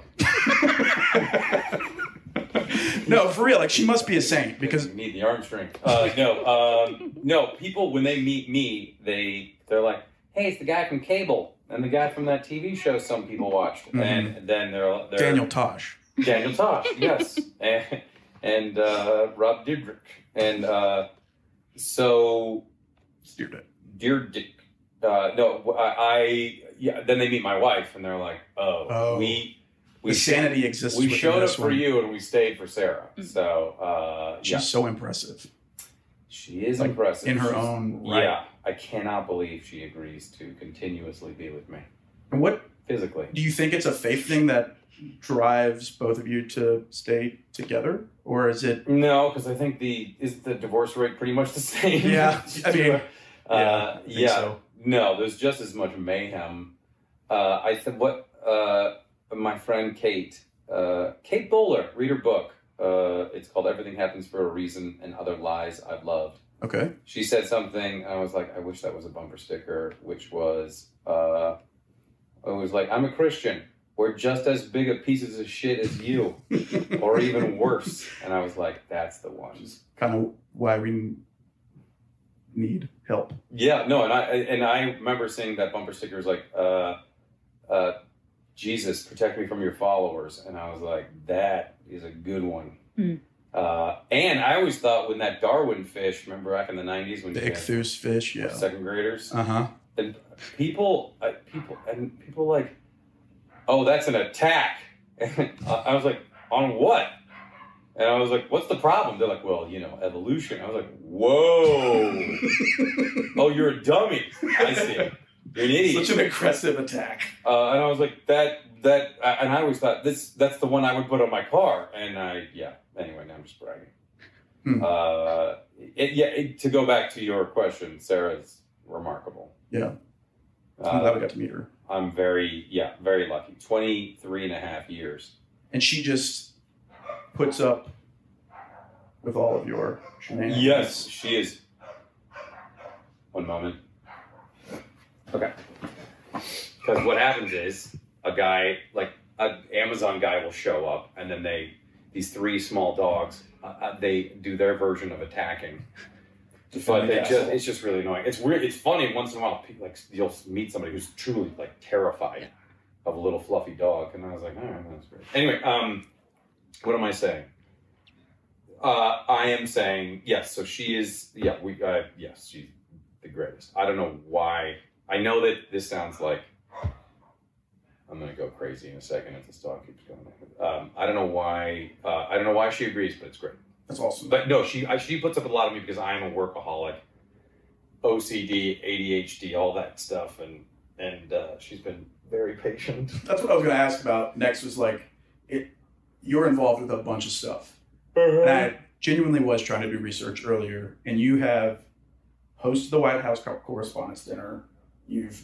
Speaker 1: no, for real. Like she must be a saint because
Speaker 2: you need the arm strength. Uh, no, um, no. People when they meet me, they they're like, "Hey, it's the guy from cable and the guy from that TV show some people watched." And then they're, they're
Speaker 1: Mm-hmm. Daniel Tosh.
Speaker 2: Daniel Tosh, yes, and, and uh, Rob Dyrdek, and uh, so
Speaker 1: Steered it.
Speaker 2: Dyrdek. Uh, no, I, I yeah. Then they meet my wife, and they're like, "Oh,
Speaker 1: Oh.
Speaker 2: we we
Speaker 1: The sanity exists.
Speaker 2: we
Speaker 1: within
Speaker 2: showed up
Speaker 1: this
Speaker 2: for
Speaker 1: one.
Speaker 2: you, and we stayed for Sarah." So uh,
Speaker 1: She's
Speaker 2: yeah.
Speaker 1: so impressive.
Speaker 2: She is
Speaker 1: Like,
Speaker 2: impressive
Speaker 1: in her
Speaker 2: She's-
Speaker 1: own
Speaker 2: Yeah, I cannot believe she agrees to continuously be with me
Speaker 1: And what
Speaker 2: physically.
Speaker 1: do you think it's a faith thing that drives both of you to stay together, or is it?
Speaker 2: No, because I think the is the divorce rate pretty much the same.
Speaker 1: Yeah, I mean, yeah,
Speaker 2: uh,
Speaker 1: I think
Speaker 2: yeah.
Speaker 1: so.
Speaker 2: No, there's just as much mayhem. Uh, I said what uh, my friend Kate, uh, Kate Bowler, read her book. Uh, it's called Everything Happens for a Reason and Other Lies I've Loved.
Speaker 1: Okay.
Speaker 2: she said something and i was like i wish that was a bumper sticker which was uh it was like i'm a christian we're just as big of pieces of shit as you or even worse and i was like that's the one
Speaker 1: kind of why we need help.
Speaker 2: yeah no and i and i remember seeing that bumper sticker was like uh uh jesus protect me from your followers and i was like that is a good one
Speaker 4: Mm.
Speaker 2: uh and i always thought when that darwin fish remember back in the 90s when
Speaker 1: The
Speaker 2: you had
Speaker 1: ichthus fish, yeah.
Speaker 2: second graders
Speaker 1: Uh huh.
Speaker 2: and people, uh, people, and people like, oh, that's an attack. And I I was like, on what? And I was like, what's the problem? They're like, well, you know, evolution. I was like, whoa. oh, you're a dummy. I see. You're an idiot.
Speaker 1: Such an aggressive attack.
Speaker 2: Uh, and I was like, that, that, I- and I always thought this, that's the one I would put on my car. And I, yeah, anyway, now I'm just bragging.
Speaker 1: Hmm.
Speaker 2: Uh, it, yeah, it, to go back to your question, Sarah's remarkable.
Speaker 1: Yeah. I'm glad
Speaker 2: Uh,
Speaker 1: we got to meet her.
Speaker 2: I'm very, yeah, very lucky. 23 and a half years.
Speaker 1: and she just puts up with all of your shenanigans.
Speaker 2: Yes, she is. One moment. Okay. Because what happens is a guy, like an Amazon guy, will show up, and then they, these three small dogs, uh, uh, they do their version of attacking. But they just, it's just really annoying. It's weird. It's funny once in a while. pe- Like you'll meet somebody who's truly like terrified of a little fluffy dog, and I was like, all right, that's great. Anyway, um, what am I saying? Uh, I am saying yes. So she is. Yeah, we. Uh, yes, she's the greatest. I don't know why. I know that this sounds like I'm gonna go crazy in a second if this dog keeps going. Um, I don't know why. Uh, I don't know why she agrees, but it's great.
Speaker 1: That's awesome.
Speaker 2: But no, she I, she puts up with a lot of me because I'm a workaholic, OCD, ADHD, all that stuff, and and uh, she's been very patient.
Speaker 1: That's what I was going to ask about next. Was like, it, you're involved with a bunch of stuff. And I genuinely was trying to do research earlier, and you have hosted the White House Cor- Correspondents' Dinner. You've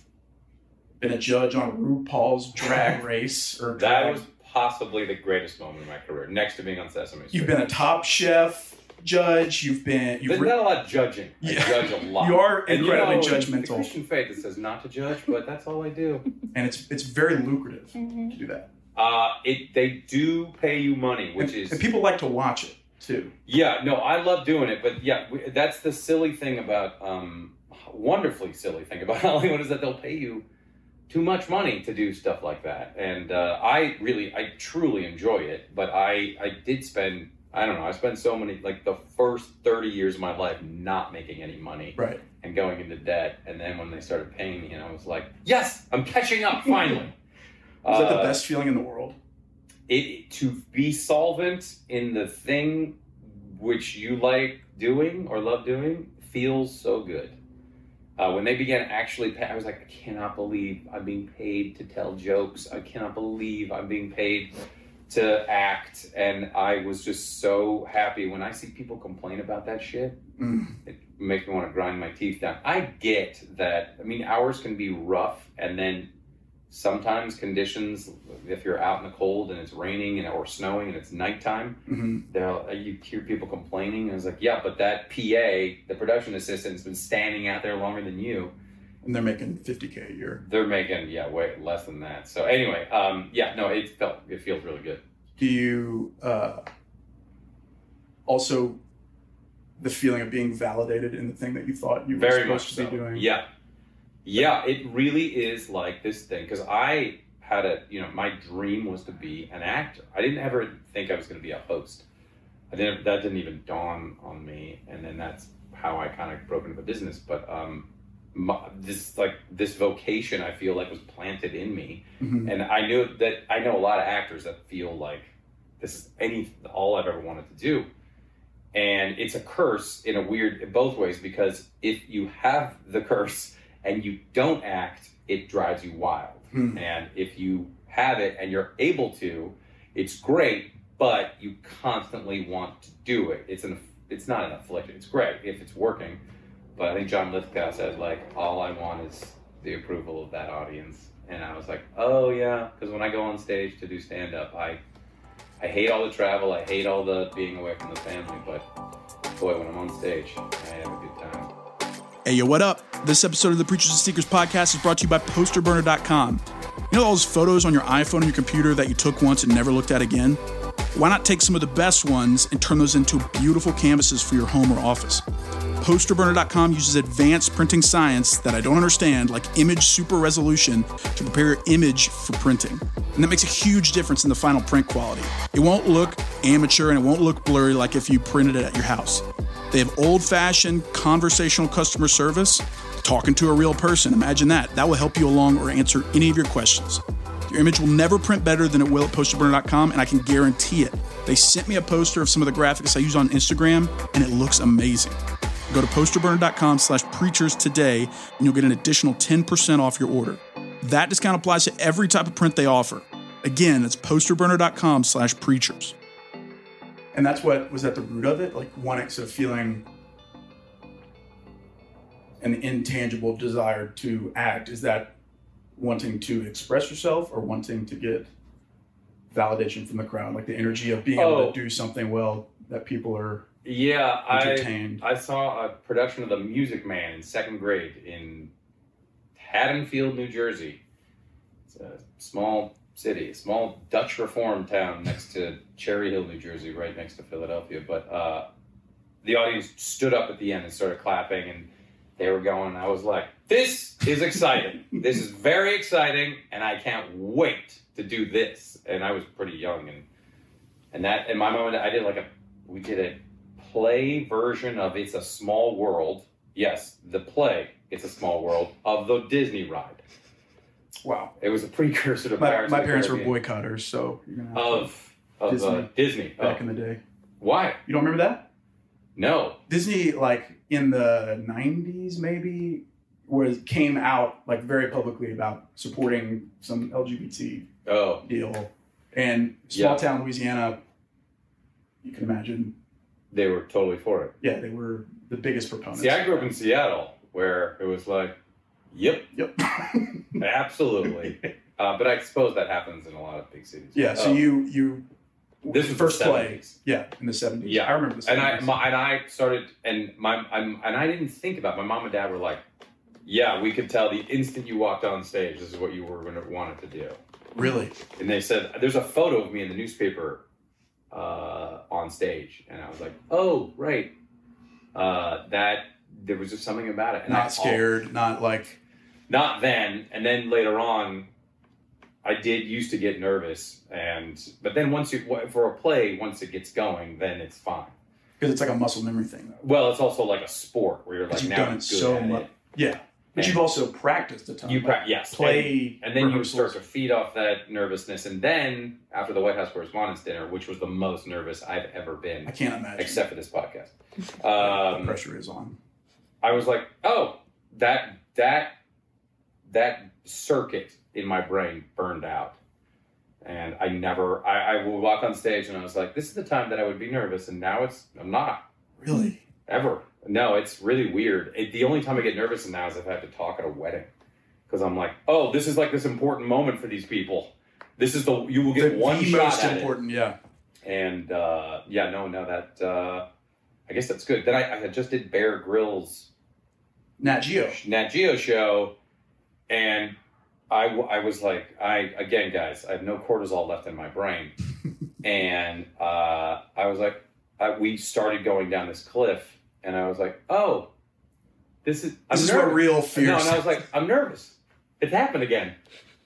Speaker 1: been a judge on RuPaul's Drag Race, or
Speaker 2: That
Speaker 1: drag.
Speaker 2: was possibly the greatest moment in my career, next to being on Sesame Street.
Speaker 1: you've been a Top Chef judge. You've been
Speaker 2: There's
Speaker 1: you've re-
Speaker 2: not a lot of judging. I
Speaker 1: Yeah.
Speaker 2: judge a lot.
Speaker 1: You are
Speaker 2: And
Speaker 1: incredibly
Speaker 2: you know,
Speaker 1: judgmental.
Speaker 2: The Christian faith that says not to judge, but that's all I do.
Speaker 1: and it's it's very lucrative to do that,
Speaker 2: Uh, it they do pay you money, which
Speaker 1: and,
Speaker 2: is
Speaker 1: and people like to watch it too.
Speaker 2: Yeah, no, I love doing it, but yeah, we- that's the silly thing about um, wonderfully silly thing about Hollywood is that they'll pay you too much money to do stuff like that, and uh, I really, I truly enjoy it, but I, I did spend, I don't know, I spent so many like the first thirty years of my life not making any money
Speaker 1: Right.
Speaker 2: and going into debt, and then when they started paying me, and I was like, yes, I'm catching up finally.
Speaker 1: Is that the
Speaker 2: Uh,
Speaker 1: best feeling in the world?
Speaker 2: it to be solvent in the thing which you like doing or love doing feels so good. Uh, when they began actually, pay, I was like, I cannot believe I'm being paid to tell jokes. I cannot believe I'm being paid to act, and I was just so happy when I see people complain about that shit.
Speaker 1: Mm.
Speaker 2: It makes me want to grind my teeth down. I get that. I mean, hours can be rough, and then sometimes conditions if you're out in the cold and it's raining and or snowing and it's nighttime
Speaker 1: Mhm.
Speaker 2: there you hear people complaining and it's like yeah but that pa the production assistant has been standing out there longer than you
Speaker 1: And they're making 50k a year.
Speaker 2: they're making yeah way less than that so anyway um yeah no it felt it feels really good
Speaker 1: do you uh, also the feeling of being validated in the thing that you thought you
Speaker 2: very
Speaker 1: were
Speaker 2: much
Speaker 1: supposed
Speaker 2: so.
Speaker 1: to be doing
Speaker 2: Yeah, yeah, it really is like this thing because I had a you know my dream was to be an actor. I didn't ever think I was going to be a host. I didn't. That didn't even dawn on me. And then that's how I kind of broke into the business. But um, my, this like this vocation I feel like was planted in me
Speaker 1: Mhm.
Speaker 2: and I knew that I know a lot of actors that feel like this is any all I've ever wanted to do, and it's a curse in a weird in both ways because if you have the curse and you don't act, it drives you wild,
Speaker 1: Hmm.
Speaker 2: and if you have it and you're able to, it's great, but you constantly want to do it. It's an it's not an affliction. It's great if it's working, but I think John Lithgow said like all I want is the approval of that audience, and I was like, oh yeah, because when I go on stage to do stand up, I I hate all the travel, I hate all the being away from the family, but boy, when I'm on stage, I have a good time.
Speaker 5: Hey, yo, what up? This episode of the Preachers and Sneakers podcast is brought to you by posterburner.com. You know all those photos on your iPhone or your computer that you took once and never looked at again? Why not take some of the best ones and turn those into beautiful canvases for your home or office? Posterburner.com uses advanced printing science that I don't understand, like image super resolution, to prepare your image for printing. And that makes a huge difference in the final print quality. It won't look amateur and it won't look blurry like if you printed it at your house. They have old fashioned conversational customer service, talking to a real person. Imagine that. That will help you along or answer any of your questions. Your image will never print better than it will at posterburner.com, and I can guarantee it. They sent me a poster of some of the graphics I use on Instagram, and it looks amazing. Go to posterburner.com slash preachers today, and you'll get an additional 10% off your order. That discount applies to every type of print they offer. Again, that's posterburner.com slash preachers.
Speaker 1: and that's what was at the root of it like one sort of feeling an intangible desire to act is that wanting to express yourself or wanting to get validation from the crowd, like the energy of being
Speaker 2: Oh.
Speaker 1: able to do something well that people are
Speaker 2: Yeah, I
Speaker 1: entertained.
Speaker 2: I saw a production of The Music Man in second grade in Haddonfield, New Jersey. It's a small city, a small Dutch reform town next to Cherry Hill, New Jersey, right next to Philadelphia. But uh, the audience stood up at the end and started clapping, and they were going. I was like, "This is exciting. this is very exciting, and I can't wait to do this." And I was pretty young, and and that in my moment, I did like a we did a play version of It's a Small World. Yes, the play It's a Small World of the Disney ride.
Speaker 1: wow.
Speaker 2: It was a precursor to
Speaker 1: My,
Speaker 2: Pirates
Speaker 1: my
Speaker 2: of the
Speaker 1: parents were
Speaker 2: Caribbean.
Speaker 1: boycotters, so you're gonna have to-
Speaker 2: of of Disney. Uh,
Speaker 1: Disney.
Speaker 2: Disney.
Speaker 1: back
Speaker 2: Oh.
Speaker 1: in the day.
Speaker 2: Why?
Speaker 1: You don't remember that?
Speaker 2: No.
Speaker 1: Disney, like in the '90s, maybe was came out like very publicly about supporting some LGBT
Speaker 2: Oh,
Speaker 1: deal, and small
Speaker 2: Yeah.
Speaker 1: town Louisiana. You can imagine,
Speaker 2: they were totally for it.
Speaker 1: yeah, they were the biggest proponents.
Speaker 2: See, I grew up in Seattle, where it was like, "Yep,
Speaker 1: Yep.
Speaker 2: absolutely." uh, but I suppose that happens in a lot of big cities.
Speaker 1: yeah. So
Speaker 2: Oh.
Speaker 1: you you
Speaker 2: This was
Speaker 1: first
Speaker 2: the
Speaker 1: play.
Speaker 2: 70s.
Speaker 1: Yeah, in the '70s.
Speaker 2: Yeah.
Speaker 1: I remember the '70s.
Speaker 2: and I my, and I started and my I'm, and I didn't think about it. my mom and dad were like, yeah, we could tell the instant you walked on stage, this is what you were gonna wanted to do.
Speaker 1: really.
Speaker 2: And they said, there's a photo of me in the newspaper uh, on stage, and I was like, oh right, uh, that there was just something about it. And I,
Speaker 1: not scared, not like
Speaker 2: not then and then later on i did used to get nervous and but then once you for a play once it gets going then it's fine
Speaker 1: because it's like a muscle memory thing. Though.
Speaker 2: well it's also like a sport where you're like
Speaker 1: But you've
Speaker 2: now
Speaker 1: done
Speaker 2: I'm
Speaker 1: it
Speaker 2: good
Speaker 1: so
Speaker 2: at
Speaker 1: much.
Speaker 2: it.
Speaker 1: Yeah, but
Speaker 2: And
Speaker 1: you've also practiced a ton.
Speaker 2: you
Speaker 1: like,
Speaker 2: pra- yes and,
Speaker 1: play,
Speaker 2: and then you
Speaker 1: rehearsals.
Speaker 2: start to feed off that nervousness and then after the white house correspondents dinner which was the most nervous i've ever
Speaker 1: I
Speaker 2: been
Speaker 1: can't imagine.
Speaker 2: except for this podcast
Speaker 1: the
Speaker 2: um,
Speaker 1: pressure is on.
Speaker 2: I was like, oh, that that that circuit in my brain burned out, and I never. I, I would walk on stage, and I was like, this is the time that I would be nervous, and now it's I'm not
Speaker 1: Really?
Speaker 2: ever. No, it's really weird. It, the only time I get nervous now is if I have to talk at a wedding, because I'm like, oh, this is like this important moment for these people. This is the you will get
Speaker 1: the
Speaker 2: one
Speaker 1: the
Speaker 2: shot
Speaker 1: most
Speaker 2: at it.
Speaker 1: important. Yeah.
Speaker 2: And uh, yeah, no, no, that uh, I guess that's good. Then I, I had just did Bear Grylls
Speaker 1: Nat Geo.
Speaker 2: Nat Geo show, and I, w- I was like, I again, guys, I have no cortisol left in my brain, and uh, I was like, I, we started going down this cliff, and I was like, oh, this is I'm
Speaker 1: This is
Speaker 2: nervous.
Speaker 1: where real fear.
Speaker 2: no, and I was like, I'm nervous. It happened again,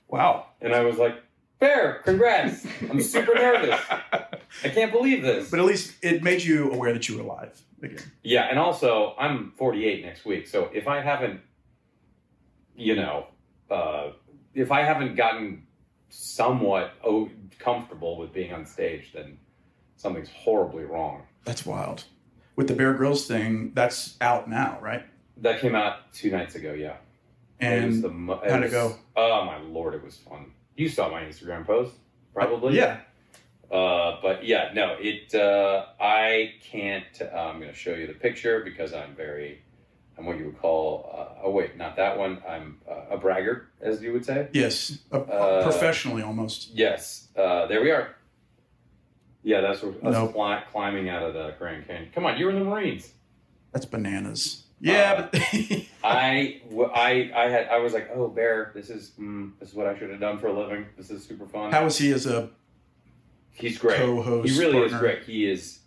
Speaker 1: wow.
Speaker 2: and I was like, Bear, congrats! I'm super nervous. I can't believe this.
Speaker 1: But at least it made you aware that you were alive again.
Speaker 2: Yeah, and also I'm 48 next week, so if I haven't, you know, uh, if I haven't gotten somewhat oh, comfortable with being on stage, then something's horribly wrong.
Speaker 1: That's wild. With the Bear Grylls thing, that's out now, right?
Speaker 2: That came out two nights ago. Yeah, it was
Speaker 1: And
Speaker 2: the, mo-
Speaker 1: how'd it
Speaker 2: was-
Speaker 1: go?
Speaker 2: Oh my lord, it was fun. You saw my Instagram post, probably.
Speaker 1: yeah,
Speaker 2: Uh, but yeah, no, it. Uh, I can't. Uh, I'm going to show you the picture because I'm very. I'm what you would call. Uh, oh wait, not that one. I'm uh, a braggart, as you would say.
Speaker 1: yes, A-
Speaker 2: Uh,
Speaker 1: professionally almost.
Speaker 2: Yes. Uh, there we are. Yeah, that's us
Speaker 1: Nope.
Speaker 2: fly, climbing out of the Grand Canyon. Come on, you were in the Marines.
Speaker 1: That's bananas. Yeah,
Speaker 2: uh,
Speaker 1: but
Speaker 2: I, w- I, I had. I was like, oh, bear. This is. Mm, this is what I should have done for a living. This is super fun.
Speaker 1: how was he as a
Speaker 2: He's great.
Speaker 1: co-host?
Speaker 2: He really
Speaker 1: partner?
Speaker 2: is great. He is.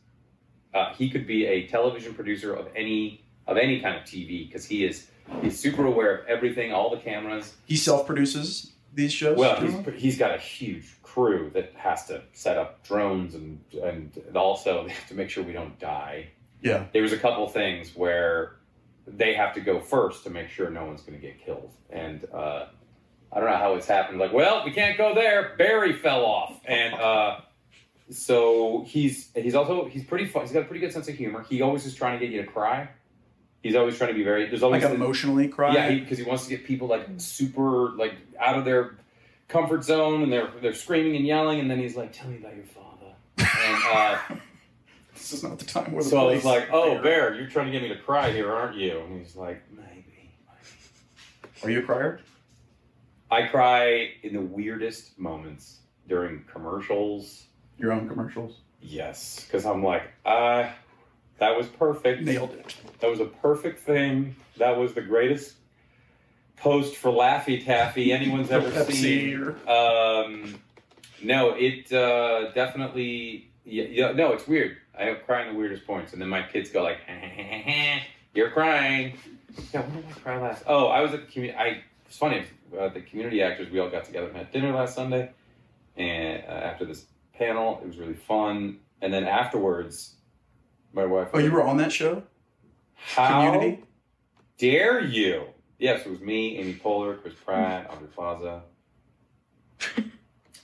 Speaker 2: Uh, he could be a television producer of any of any kind of TV because he is he's super aware of everything, all the cameras.
Speaker 1: He self-produces these shows.
Speaker 2: Well,
Speaker 1: generally?
Speaker 2: he's, he's got a huge crew that has to set up drones and and also they have to make sure we don't die.
Speaker 1: yeah,
Speaker 2: There was a couple things where they have to go first to make sure no one's going to get killed, and uh, I don't know how it's happened. Like, well, we can't go there. Barry fell off, and uh, so he's he's also he's pretty fun. He's got a pretty good sense of humor. He always is trying to get you to cry. He's always trying to be very. There's always
Speaker 1: like emotionally cry.
Speaker 2: yeah, because he, wants to get people like super like out of their comfort zone, and they're they're screaming and yelling, and then he's like, "Tell me about your father." And, uh,
Speaker 1: this is not the time or the
Speaker 2: so I was
Speaker 1: place.
Speaker 2: like, "Oh, Bear, you're trying to get me to cry here, aren't you?" And he's like, "Maybe."
Speaker 1: Are you a crier?
Speaker 2: I cry in the weirdest moments. during commercials.
Speaker 1: Your own commercials.
Speaker 2: Yes, because I'm like, ah, that was perfect.
Speaker 1: Nailed it.
Speaker 2: That was a perfect thing. That was the greatest post for Laffy Taffy anyone's ever
Speaker 1: Pepsi
Speaker 2: seen.
Speaker 1: or-
Speaker 2: Um, no, it uh, definitely. Yeah, yeah, no, it's weird. I have crying the weirdest points, and then my kids go like, "You're crying." Yeah, when did I cry last? Oh, I was at the community. I it's funny. Uh, the community actors we all got together and had dinner last Sunday, and uh, after this panel, it was really fun. And then afterwards, my wife.
Speaker 1: Oh, you were on that show?
Speaker 2: How
Speaker 1: Community?
Speaker 2: dare you? Yes, it was me, Amy Poehler, Chris Pratt, Aubrey Plaza.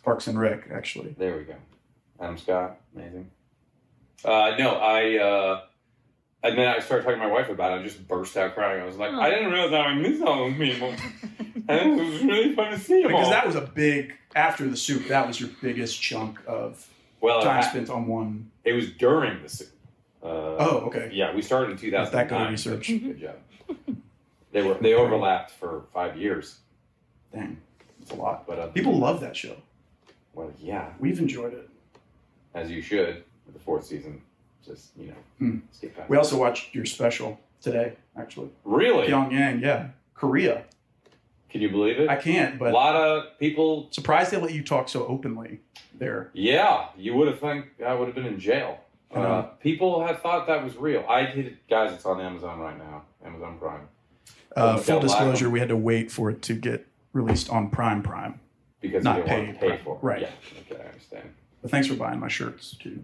Speaker 1: Parks and Rec, actually.
Speaker 2: There we go. Adam Scott, amazing. Uh, no, I. Uh, and then I started talking to my wife about it. I just burst out crying. I was like,
Speaker 4: Aw.
Speaker 2: I didn't realize I missed all those people. and it was really fun to see them
Speaker 1: Because
Speaker 2: all.
Speaker 1: that was a big after the soup. That was your biggest chunk of
Speaker 2: well, it,
Speaker 1: time
Speaker 2: ha-
Speaker 1: spent on one
Speaker 2: it was during the soup. Uh,
Speaker 1: oh okay.
Speaker 2: Yeah, we started in
Speaker 1: That's that good
Speaker 2: 2009.
Speaker 1: research.
Speaker 2: Good job. they were they overlapped for five years,
Speaker 1: Dang, it's a lot.
Speaker 2: but uh,
Speaker 1: People love that show.
Speaker 2: Well, yeah.
Speaker 1: We've enjoyed it.
Speaker 2: as you should with the fourth season. Just you know,
Speaker 1: Hmm.
Speaker 2: skip past.
Speaker 1: We also watched your special today, actually.
Speaker 2: really,
Speaker 1: Pyongyang, yeah, Korea.
Speaker 2: can you believe it?
Speaker 1: I can't,
Speaker 2: a
Speaker 1: but
Speaker 2: lot of people.
Speaker 1: surprised they let you talk so openly there.
Speaker 2: Yeah, you would have think I would have been in jail.
Speaker 1: I
Speaker 2: Uh,
Speaker 1: know.
Speaker 2: people have thought that was real. I did, guys. It's on Amazon right now. Amazon Prime
Speaker 1: Uh,
Speaker 2: Yeah,
Speaker 1: full
Speaker 2: Oh, live.
Speaker 1: disclosure, we had to wait for it to get released on Prime Prime.
Speaker 2: because
Speaker 1: Not
Speaker 2: you don't want
Speaker 1: paid,
Speaker 2: to pay
Speaker 1: right,
Speaker 2: for it.
Speaker 1: right.
Speaker 2: Yeah. Okay, I understand.
Speaker 1: But thanks for buying my shirts too.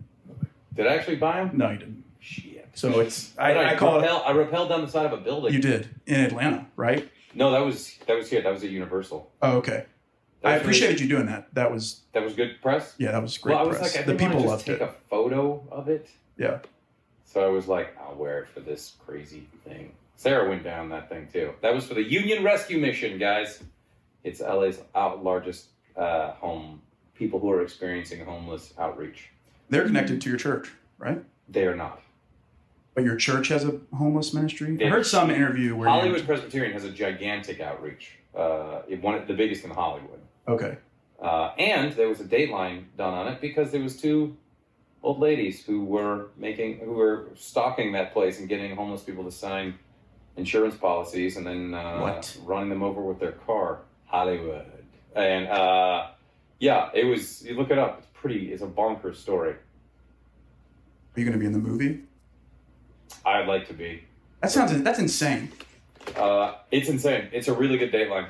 Speaker 2: Did I actually buy them?
Speaker 1: No, you didn't.
Speaker 2: Shit.
Speaker 1: So it's
Speaker 2: But
Speaker 1: I, I call it.
Speaker 2: rappelled, I rappelled down the side of a building.
Speaker 1: You did in Atlanta, right?
Speaker 2: No, that was that was here. That was at Universal.
Speaker 1: Oh, okay. I
Speaker 2: That was really-
Speaker 1: appreciated you doing that. That was
Speaker 2: That was good press.
Speaker 1: yeah, that was great
Speaker 2: well, I was
Speaker 1: press.
Speaker 2: like, I
Speaker 1: the
Speaker 2: didn't
Speaker 1: people
Speaker 2: want to
Speaker 1: loved
Speaker 2: just take
Speaker 1: it.
Speaker 2: a photo of it.
Speaker 1: Yeah.
Speaker 2: So I was like, I'll wear it for this crazy thing. Sarah went down that thing too. That was for the Union Rescue Mission, guys. It's LA's out largest uh, home people who are experiencing homeless outreach.
Speaker 1: They're connected to your church, right?
Speaker 2: They are not.
Speaker 1: But your church has a homeless ministry.
Speaker 2: Yeah.
Speaker 1: I heard some interview where you-
Speaker 2: Hollywood Presbyterian has a gigantic outreach. Uh, it one the biggest in Hollywood.
Speaker 1: okay,
Speaker 2: Uh, and there was a dateline done on it because there was two old ladies who were making who were stalking that place and getting homeless people to sign insurance policies and then uh,
Speaker 1: What?
Speaker 2: running them over with their car. Hollywood. And uh, yeah, it was. You look it up. It's pretty. It's a bonkers story.
Speaker 1: are you going to be in the movie?
Speaker 2: I'd like to be.
Speaker 1: That sounds that's insane.
Speaker 2: Uh, it's insane. It's a really good dateline.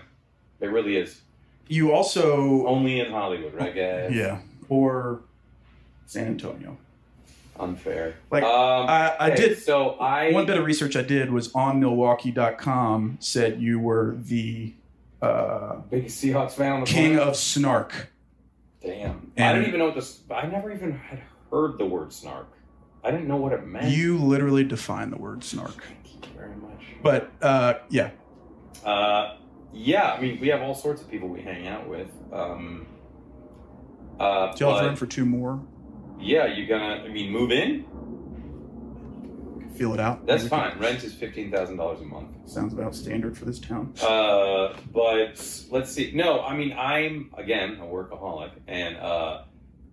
Speaker 2: It really is.
Speaker 1: You also
Speaker 2: Only in Hollywood, right, guys?
Speaker 1: yeah, or San Antonio.
Speaker 2: Unfair.
Speaker 1: Like,
Speaker 2: um,
Speaker 1: I, I
Speaker 2: okay,
Speaker 1: did
Speaker 2: So I
Speaker 1: one bit of research I did was on Milwaukee.com said you were the uh,
Speaker 2: biggest Seahawks fan on the
Speaker 1: king
Speaker 2: planet.
Speaker 1: of snark.
Speaker 2: Damn. I
Speaker 1: And-
Speaker 2: didn't even know what this. I never even had heard the word snark. I didn't know what it meant.
Speaker 1: You literally define the word snark.
Speaker 2: Thank you very much.
Speaker 1: But uh, yeah,
Speaker 2: Uh, yeah, I mean, we have all sorts of people we hang out with. Um, uh,
Speaker 1: do y'all have
Speaker 2: but-
Speaker 1: room for two more?
Speaker 2: yeah, you're gonna. I mean, move in.
Speaker 1: Feel it out.
Speaker 2: That's
Speaker 1: Maybe we can-
Speaker 2: fine. Rent is fifteen thousand dollars a month.
Speaker 1: Sounds about standard for this town.
Speaker 2: Uh, but let's see. No, I mean, I'm again a workaholic, and uh,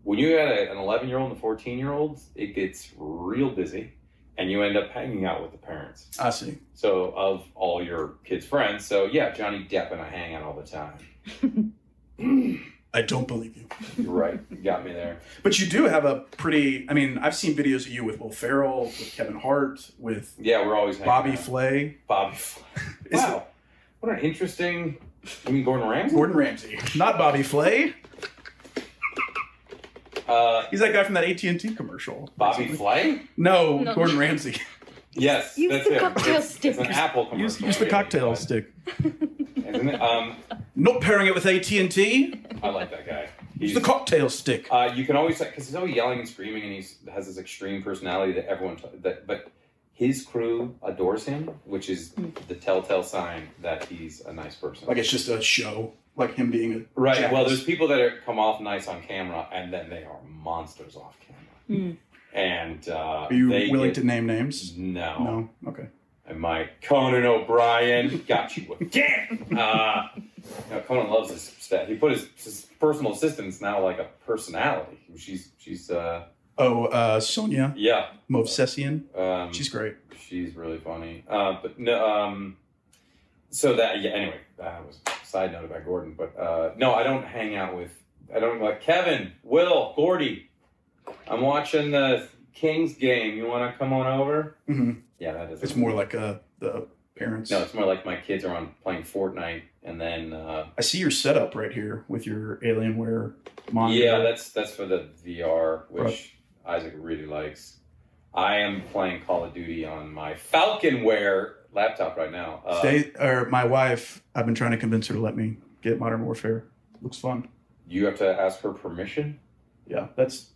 Speaker 2: when you got a, an 11 year old and a 14 year old, it gets real busy, and you end up hanging out with the parents.
Speaker 1: I see.
Speaker 2: So of all your kids' friends, so yeah, Johnny Depp and I hang out all the time.
Speaker 1: I don't believe you.
Speaker 2: You're right, you got me there.
Speaker 1: But you do have a pretty. I mean, I've seen videos of you with Will Ferrell, with Kevin Hart, with
Speaker 2: Yeah, we're always hanging
Speaker 1: Bobby
Speaker 2: out.
Speaker 1: Flay,
Speaker 2: Bobby. Fl-
Speaker 1: Is
Speaker 2: wow, what an interesting. I mean, Gordon Ramsay.
Speaker 1: Gordon Ramsay, not Bobby Flay.
Speaker 2: Uh,
Speaker 1: He's that guy from that AT and T commercial.
Speaker 2: Bobby Flay.
Speaker 1: No,
Speaker 4: No.
Speaker 1: Gordon Ramsay.
Speaker 2: Yes,
Speaker 4: Use
Speaker 2: that's
Speaker 4: the
Speaker 2: it.
Speaker 4: cocktail
Speaker 2: it's,
Speaker 4: stick.
Speaker 2: It's an Apple commercial.
Speaker 1: Use, use the
Speaker 2: really,
Speaker 1: cocktail
Speaker 2: but-
Speaker 1: stick.
Speaker 2: Isn't it? Um,
Speaker 1: Not pairing it with AT and T.
Speaker 2: I like that guy.
Speaker 1: Use
Speaker 2: He's,
Speaker 1: the cocktail stick.
Speaker 2: uh, you can always because he's always yelling and screaming, and he's has this extreme personality that everyone t- that but his crew adores him, which is
Speaker 4: Hmm.
Speaker 2: the telltale sign that he's a nice person.
Speaker 1: Like it's just a show. Like him being a
Speaker 2: right. Well,
Speaker 1: jackass.
Speaker 2: there's people that are, come off nice on camera, and then they are monsters off camera. And uh,
Speaker 1: Are you
Speaker 2: they
Speaker 1: willing
Speaker 2: get-
Speaker 1: to name names?
Speaker 2: No.
Speaker 1: No. Okay.
Speaker 2: And my Conan O'Brien got you again. uh, You know, Conan loves his staff. He put his, his personal assistant's now like a personality. She's she's uh
Speaker 1: Oh, uh, Sonia
Speaker 2: yeah.
Speaker 1: Movsesian.
Speaker 2: Um,
Speaker 1: She's great.
Speaker 2: she's really funny. Uh, but no, um, so that yeah. Anyway, that was a side note about Gordon. But uh, no, I don't hang out with. I don't like Kevin, Will, Gordy. I'm watching the Kings game. You want to come on over?
Speaker 1: hmm
Speaker 2: Yeah, that is.
Speaker 1: It's more like uh, the parents.
Speaker 2: No, it's more like my kids are on playing Fortnite, and then uh,
Speaker 1: I see your setup right here with your Alienware monitor.
Speaker 2: yeah, that's that's for the VR, which Isaac really likes. I am playing Call of Duty on my Falconware laptop right now. Uh,
Speaker 1: Stay, or my wife, I've been trying to convince her to let me get Modern Warfare. Looks fun.
Speaker 2: you have to ask her permission.
Speaker 1: Yeah, that's.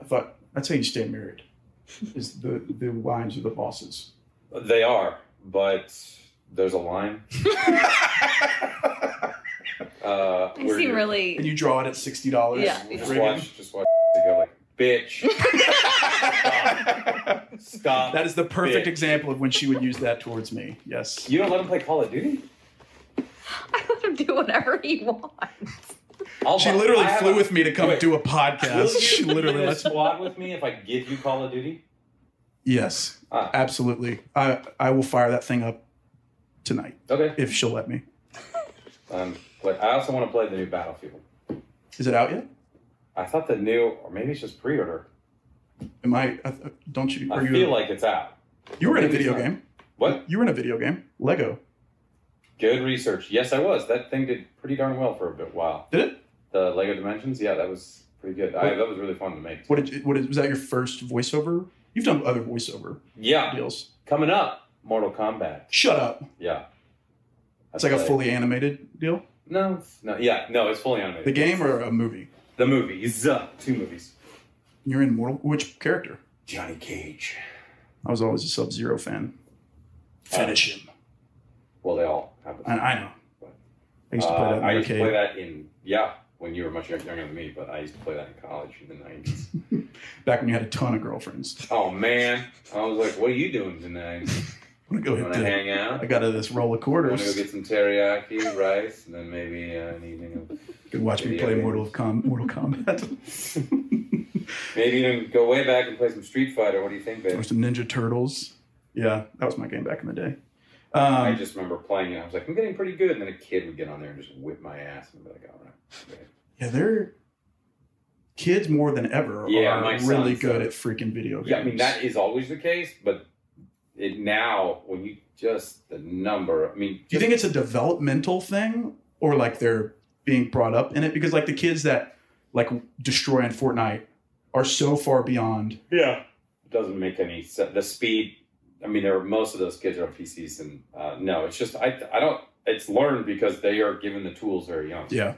Speaker 1: I thought that's how you stay married. Is the the wives are the bosses.
Speaker 2: They are, but there's a line. uh,
Speaker 4: You
Speaker 2: where
Speaker 4: seem
Speaker 2: you're-
Speaker 1: And
Speaker 4: really.
Speaker 1: you draw it at sixty dollars.
Speaker 4: Yeah.
Speaker 2: Just watch, just watch. To go like, bitch, stop.
Speaker 1: That is the perfect
Speaker 2: Bitch.
Speaker 1: example of when she would use that towards me. Yes.
Speaker 2: You don't let him play Call of Duty.
Speaker 4: I let him do whatever he wants.
Speaker 2: I'll
Speaker 1: She
Speaker 2: buy-
Speaker 1: literally
Speaker 2: I have
Speaker 1: flew
Speaker 2: a-
Speaker 1: with me to come
Speaker 2: Wait.
Speaker 1: do a
Speaker 2: Will
Speaker 1: podcast.
Speaker 2: you
Speaker 1: She literally
Speaker 2: be in a
Speaker 1: lets me.
Speaker 2: squad with me if I give you Call of Duty.
Speaker 1: Yes,
Speaker 2: Ah.
Speaker 1: absolutely. I I will fire that thing up tonight
Speaker 2: Okay.
Speaker 1: if she'll let me.
Speaker 2: Um, but I also want to play the new Battlefield.
Speaker 1: Is it out yet?
Speaker 2: I thought the new, or maybe it's just pre-order.
Speaker 1: Am I? I th- don't you?
Speaker 2: I
Speaker 1: Are you?
Speaker 2: feel like it's out.
Speaker 1: you were in a
Speaker 2: maybe
Speaker 1: video
Speaker 2: it's not.
Speaker 1: game.
Speaker 2: What?
Speaker 1: You were in a video game. Lego.
Speaker 2: Good research. Yes, I was. That thing did pretty darn well for a bit while.
Speaker 1: Did it?
Speaker 2: The Lego Dimensions, yeah, that was pretty good. I, that was really fun to make.
Speaker 1: What did? You, what is, was that? Your first voiceover? You've done other voiceover
Speaker 2: Yeah,
Speaker 1: deals.
Speaker 2: coming up, Mortal Kombat.
Speaker 1: Shut up.
Speaker 2: Yeah,
Speaker 1: It's like a
Speaker 2: Play-
Speaker 1: fully animated deal.
Speaker 2: no, it's- no, yeah, no, it's fully animated.
Speaker 1: The game or a movie?
Speaker 2: the movies, uh, two movies.
Speaker 1: You're in Mortal. Which character?
Speaker 2: Johnny Cage.
Speaker 1: I was always a Sub Zero fan. Finish him.
Speaker 2: Well, they all have.
Speaker 1: I, I know. I used to play
Speaker 2: Uh,
Speaker 1: that in the
Speaker 2: I used to
Speaker 1: arcade.
Speaker 2: play that in yeah when you were much younger than me, but I used to play that in college in the nineties.
Speaker 1: back when you had a ton of girlfriends.
Speaker 2: oh man, I was like, what are you doing tonight?
Speaker 1: I'm gonna
Speaker 2: You
Speaker 1: go hit
Speaker 2: want to
Speaker 1: the,
Speaker 2: hang out?
Speaker 1: I got out of this roll of
Speaker 2: Want to go
Speaker 1: quarters.
Speaker 2: get some teriyaki rice and then maybe uh, an evening of
Speaker 1: Could watch me
Speaker 2: video
Speaker 1: play
Speaker 2: games.
Speaker 1: Mortal Com- Mortal Kombat
Speaker 2: Maybe even go way back and play some Street Fighter. What do you think,
Speaker 1: or
Speaker 2: babe?
Speaker 1: some Ninja Turtles. Yeah, that was my game back in the day.
Speaker 2: I
Speaker 1: Um,
Speaker 2: just remember playing it. I was like, I'm getting pretty good. And then a kid would get on there and just whip my ass and I'd be like, all right. okay."
Speaker 1: yeah, they're kids more than ever
Speaker 2: Yeah,
Speaker 1: are
Speaker 2: my
Speaker 1: really
Speaker 2: son's-
Speaker 1: good at freaking video games.
Speaker 2: Yeah, I mean, that is always the case, but it now, when you just the number, I mean,
Speaker 1: Do you think it's a developmental thing or like they're being brought up in it? Because like the kids that like destroy on Fortnite are so far beyond.
Speaker 2: yeah, it doesn't make any sense. The speed, I mean, there are, most of those kids are on PCs, and uh, no, it's just, I, I don't, it's learned because they are given the tools very young.
Speaker 1: Yeah.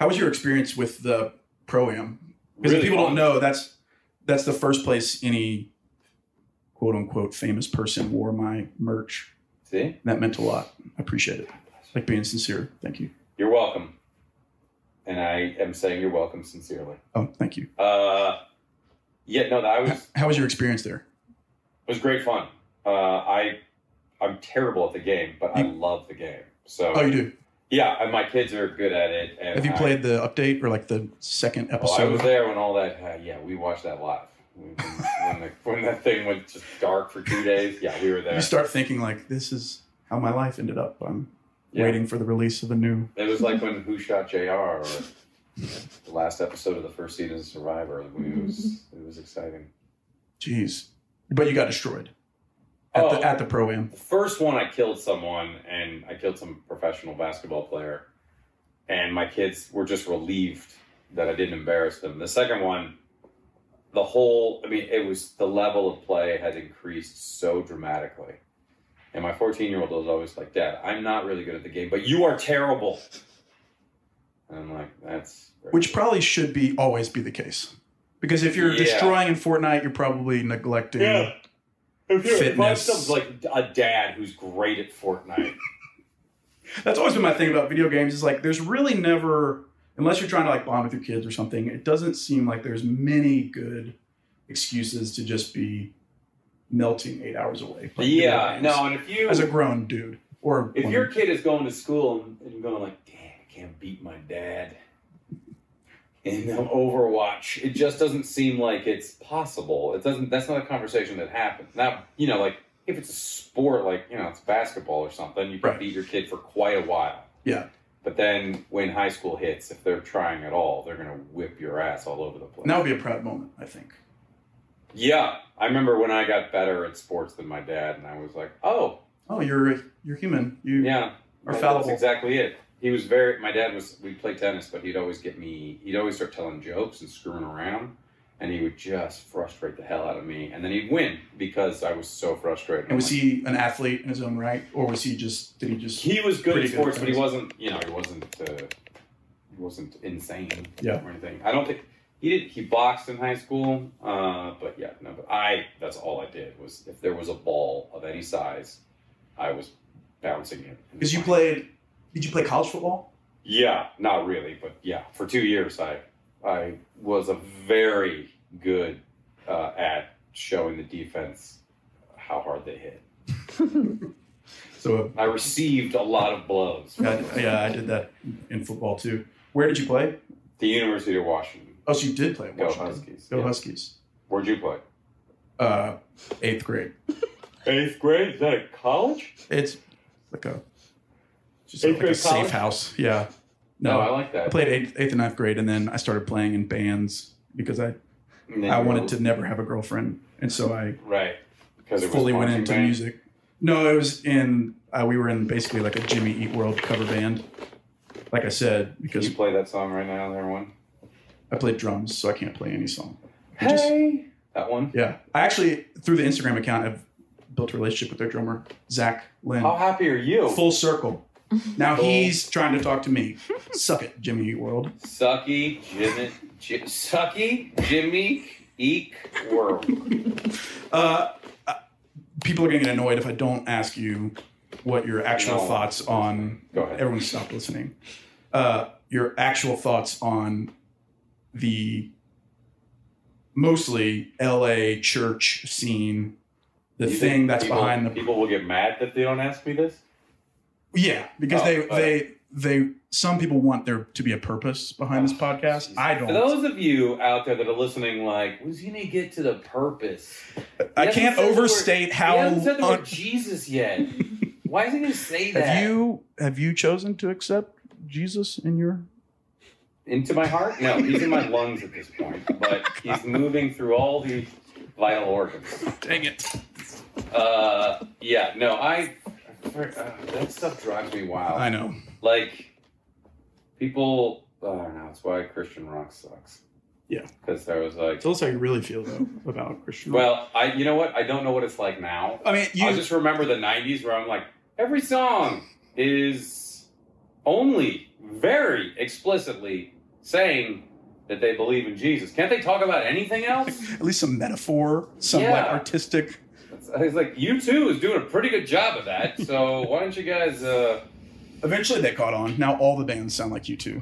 Speaker 1: How was your experience with the pro am Because if people
Speaker 2: fun.
Speaker 1: don't know, that's that's the first place any quote unquote famous person wore my merch.
Speaker 2: See?
Speaker 1: That meant a lot. I appreciate it. Like being sincere. Thank you.
Speaker 2: You're welcome. And I am saying you're welcome sincerely.
Speaker 1: Oh, thank you.
Speaker 2: Uh, yeah, no, that was
Speaker 1: H- How was your experience there?
Speaker 2: was great fun. Uh, I I'm terrible at the game, but I
Speaker 1: You-
Speaker 2: love the game. So
Speaker 1: Oh, you do.
Speaker 2: yeah, and my kids are good at it. And
Speaker 1: Have you
Speaker 2: I-
Speaker 1: played the update or like the second
Speaker 2: Oh, I was
Speaker 1: episode?
Speaker 2: there when all that. Uh, yeah, we watched that live. We- When, when, the, when that thing went just dark for two days, yeah, we were there.
Speaker 1: You start thinking like this is how my life ended up. I'm
Speaker 2: Yeah.
Speaker 1: waiting for the release of a new.
Speaker 2: It was like when Who Shot Jr. or the last episode of the first season of Survivor. It was it was exciting.
Speaker 1: Jeez, but you got destroyed at
Speaker 2: Oh.
Speaker 1: the at the pro am.
Speaker 2: The first one, I killed someone, and I killed some professional basketball player, and my kids were just relieved that I didn't embarrass them. The second one, the whole, I mean, it was the level of play had increased so dramatically. And my 14 year old was always like, Dad, I'm not really good at the game, but you are terrible. And I'm like, that's. very
Speaker 1: which probably should be always be the case because if you're
Speaker 2: Yeah.
Speaker 1: destroying in Fortnite, you're probably neglecting.
Speaker 2: Yeah. If you if I'm
Speaker 1: fitness.
Speaker 2: some, like a dad who's great at Fortnite.
Speaker 1: That's always been my thing about video games is like there's really never unless you're trying to like bond with your kids or something. It doesn't seem like there's many good excuses to just be melting eight hours away. playing video
Speaker 2: yeah,
Speaker 1: games
Speaker 2: no, and if you
Speaker 1: as a grown dude, Or
Speaker 2: If
Speaker 1: when-
Speaker 2: your kid is going to school and, and going like, damn, I can't beat my dad in Overwatch, it just doesn't seem like it's possible. It doesn't. That's not a conversation that happens. Now, you know, like if it's a sport, like you know, it's basketball or something, you can
Speaker 1: Right.
Speaker 2: beat your kid for quite a while.
Speaker 1: Yeah.
Speaker 2: But then when high school hits, if they're trying at all, they're gonna whip your ass all over the place.
Speaker 1: and that would be a proud moment, I think.
Speaker 2: Yeah, I remember when I got better at sports than my dad, and I was like, oh,
Speaker 1: Oh, you're you're human. You
Speaker 2: Yeah,
Speaker 1: Or
Speaker 2: Yeah,
Speaker 1: fallible.
Speaker 2: That's exactly it. He was very. My dad was. We played tennis, but he'd always get me. He'd always start telling jokes and screwing around, and he would just frustrate the hell out of me. And then he'd win because I was so frustrated.
Speaker 1: And was he an athlete in his own right, or was he just did he just
Speaker 2: He was good
Speaker 1: pretty
Speaker 2: at
Speaker 1: good
Speaker 2: sports,
Speaker 1: at
Speaker 2: but he
Speaker 1: tennis?
Speaker 2: wasn't. You know, he wasn't. Uh, he wasn't insane.
Speaker 1: Yeah.
Speaker 2: Or anything. I don't think he did. He boxed in high school, uh, but yeah, no. But I. That's all I did was if there was a ball of any size, I was bouncing it. in the
Speaker 1: Because you
Speaker 2: plane.
Speaker 1: played, did you play college football?
Speaker 2: Yeah, not really, but yeah, for two years I I was a very good uh, at showing the defense how hard they hit.
Speaker 1: So
Speaker 2: I received a lot of blows.
Speaker 1: yeah, I- yeah, I did that in football too. Where did you play?
Speaker 2: The University of Washington.
Speaker 1: Oh, so you did play at
Speaker 2: Go
Speaker 1: Washington.
Speaker 2: Huskies,
Speaker 1: Go
Speaker 2: yeah.
Speaker 1: Huskies.
Speaker 2: Where'd you play?
Speaker 1: Uh, eighth grade.
Speaker 2: Eighth grade? Is that a college?
Speaker 1: It's like a just
Speaker 2: Eighth
Speaker 1: like a
Speaker 2: grade
Speaker 1: safe
Speaker 2: college?
Speaker 1: house. Yeah.
Speaker 2: No,
Speaker 1: No,
Speaker 2: Oh, I like that.
Speaker 1: I played eighth, eighth and ninth grade, and then I started playing in bands because I
Speaker 2: And then
Speaker 1: I
Speaker 2: you
Speaker 1: wanted
Speaker 2: were-
Speaker 1: to never have a girlfriend, and so I
Speaker 2: right because it
Speaker 1: fully
Speaker 2: was
Speaker 1: went
Speaker 2: marching
Speaker 1: into
Speaker 2: band.
Speaker 1: music. No, it was in uh, we were in basically like a Jimmy Eat World cover band. Like I said,
Speaker 2: Can
Speaker 1: because
Speaker 2: you play that song right now, everyone?
Speaker 1: I played drums, so I can't play any song. I just-
Speaker 2: Hey, that one.
Speaker 1: yeah, I actually through the Instagram account I've built a relationship with their drummer Zach Lynn.
Speaker 2: How happy are you?
Speaker 1: Full circle. Now
Speaker 2: Full-
Speaker 1: he's trying to talk to me. Suck it, Jimmy Eat World.
Speaker 2: Sucky Jimmy, J- Sucky Jimmy Eek World.
Speaker 1: Uh, uh, people are gonna get annoyed if I don't ask you what your actual
Speaker 2: No.
Speaker 1: thoughts on.
Speaker 2: Go ahead.
Speaker 1: Everyone, stop listening. Uh, your actual thoughts on the mostly L.A. church scene, the
Speaker 2: You
Speaker 1: thing
Speaker 2: think
Speaker 1: that's
Speaker 2: people-
Speaker 1: behind the
Speaker 2: people will get mad that they don't ask me this.
Speaker 1: yeah, because
Speaker 2: Oh,
Speaker 1: they
Speaker 2: but-
Speaker 1: they they some people want there to be a purpose behind this podcast. I
Speaker 2: For
Speaker 1: don't.
Speaker 2: those of you out there that are listening, like, was he gonna get to the purpose? He
Speaker 1: I
Speaker 2: hasn't
Speaker 1: can't
Speaker 2: said the word-
Speaker 1: overstate
Speaker 2: he
Speaker 1: how.
Speaker 2: hasn't said the word
Speaker 1: un-
Speaker 2: Jesus yet. Why is he gonna say that?
Speaker 1: have you have you chosen to accept Jesus in your
Speaker 2: into my heart? No, he's in my lungs at this point, but he's moving through all the vital organs.
Speaker 1: Dang it.
Speaker 2: Uh, yeah, no, I. Uh, that stuff drives me wild.
Speaker 1: I know.
Speaker 2: like people i don't know that's why christian rock sucks
Speaker 1: Yeah.
Speaker 2: because i was like
Speaker 1: Tell us how you really feel though about Christian. rock.
Speaker 2: well i you know what i don't know what it's like now
Speaker 1: I mean, you
Speaker 2: i just remember the 90s where i'm like every song is only very explicitly saying that they believe in jesus can't they talk about anything else
Speaker 1: at least some metaphor, some like
Speaker 2: Yeah.
Speaker 1: artistic.
Speaker 2: It's- it's like you two is doing a pretty good job of that so why don't you guys uh
Speaker 1: Eventually, they caught on. Now all the bands sound like you two.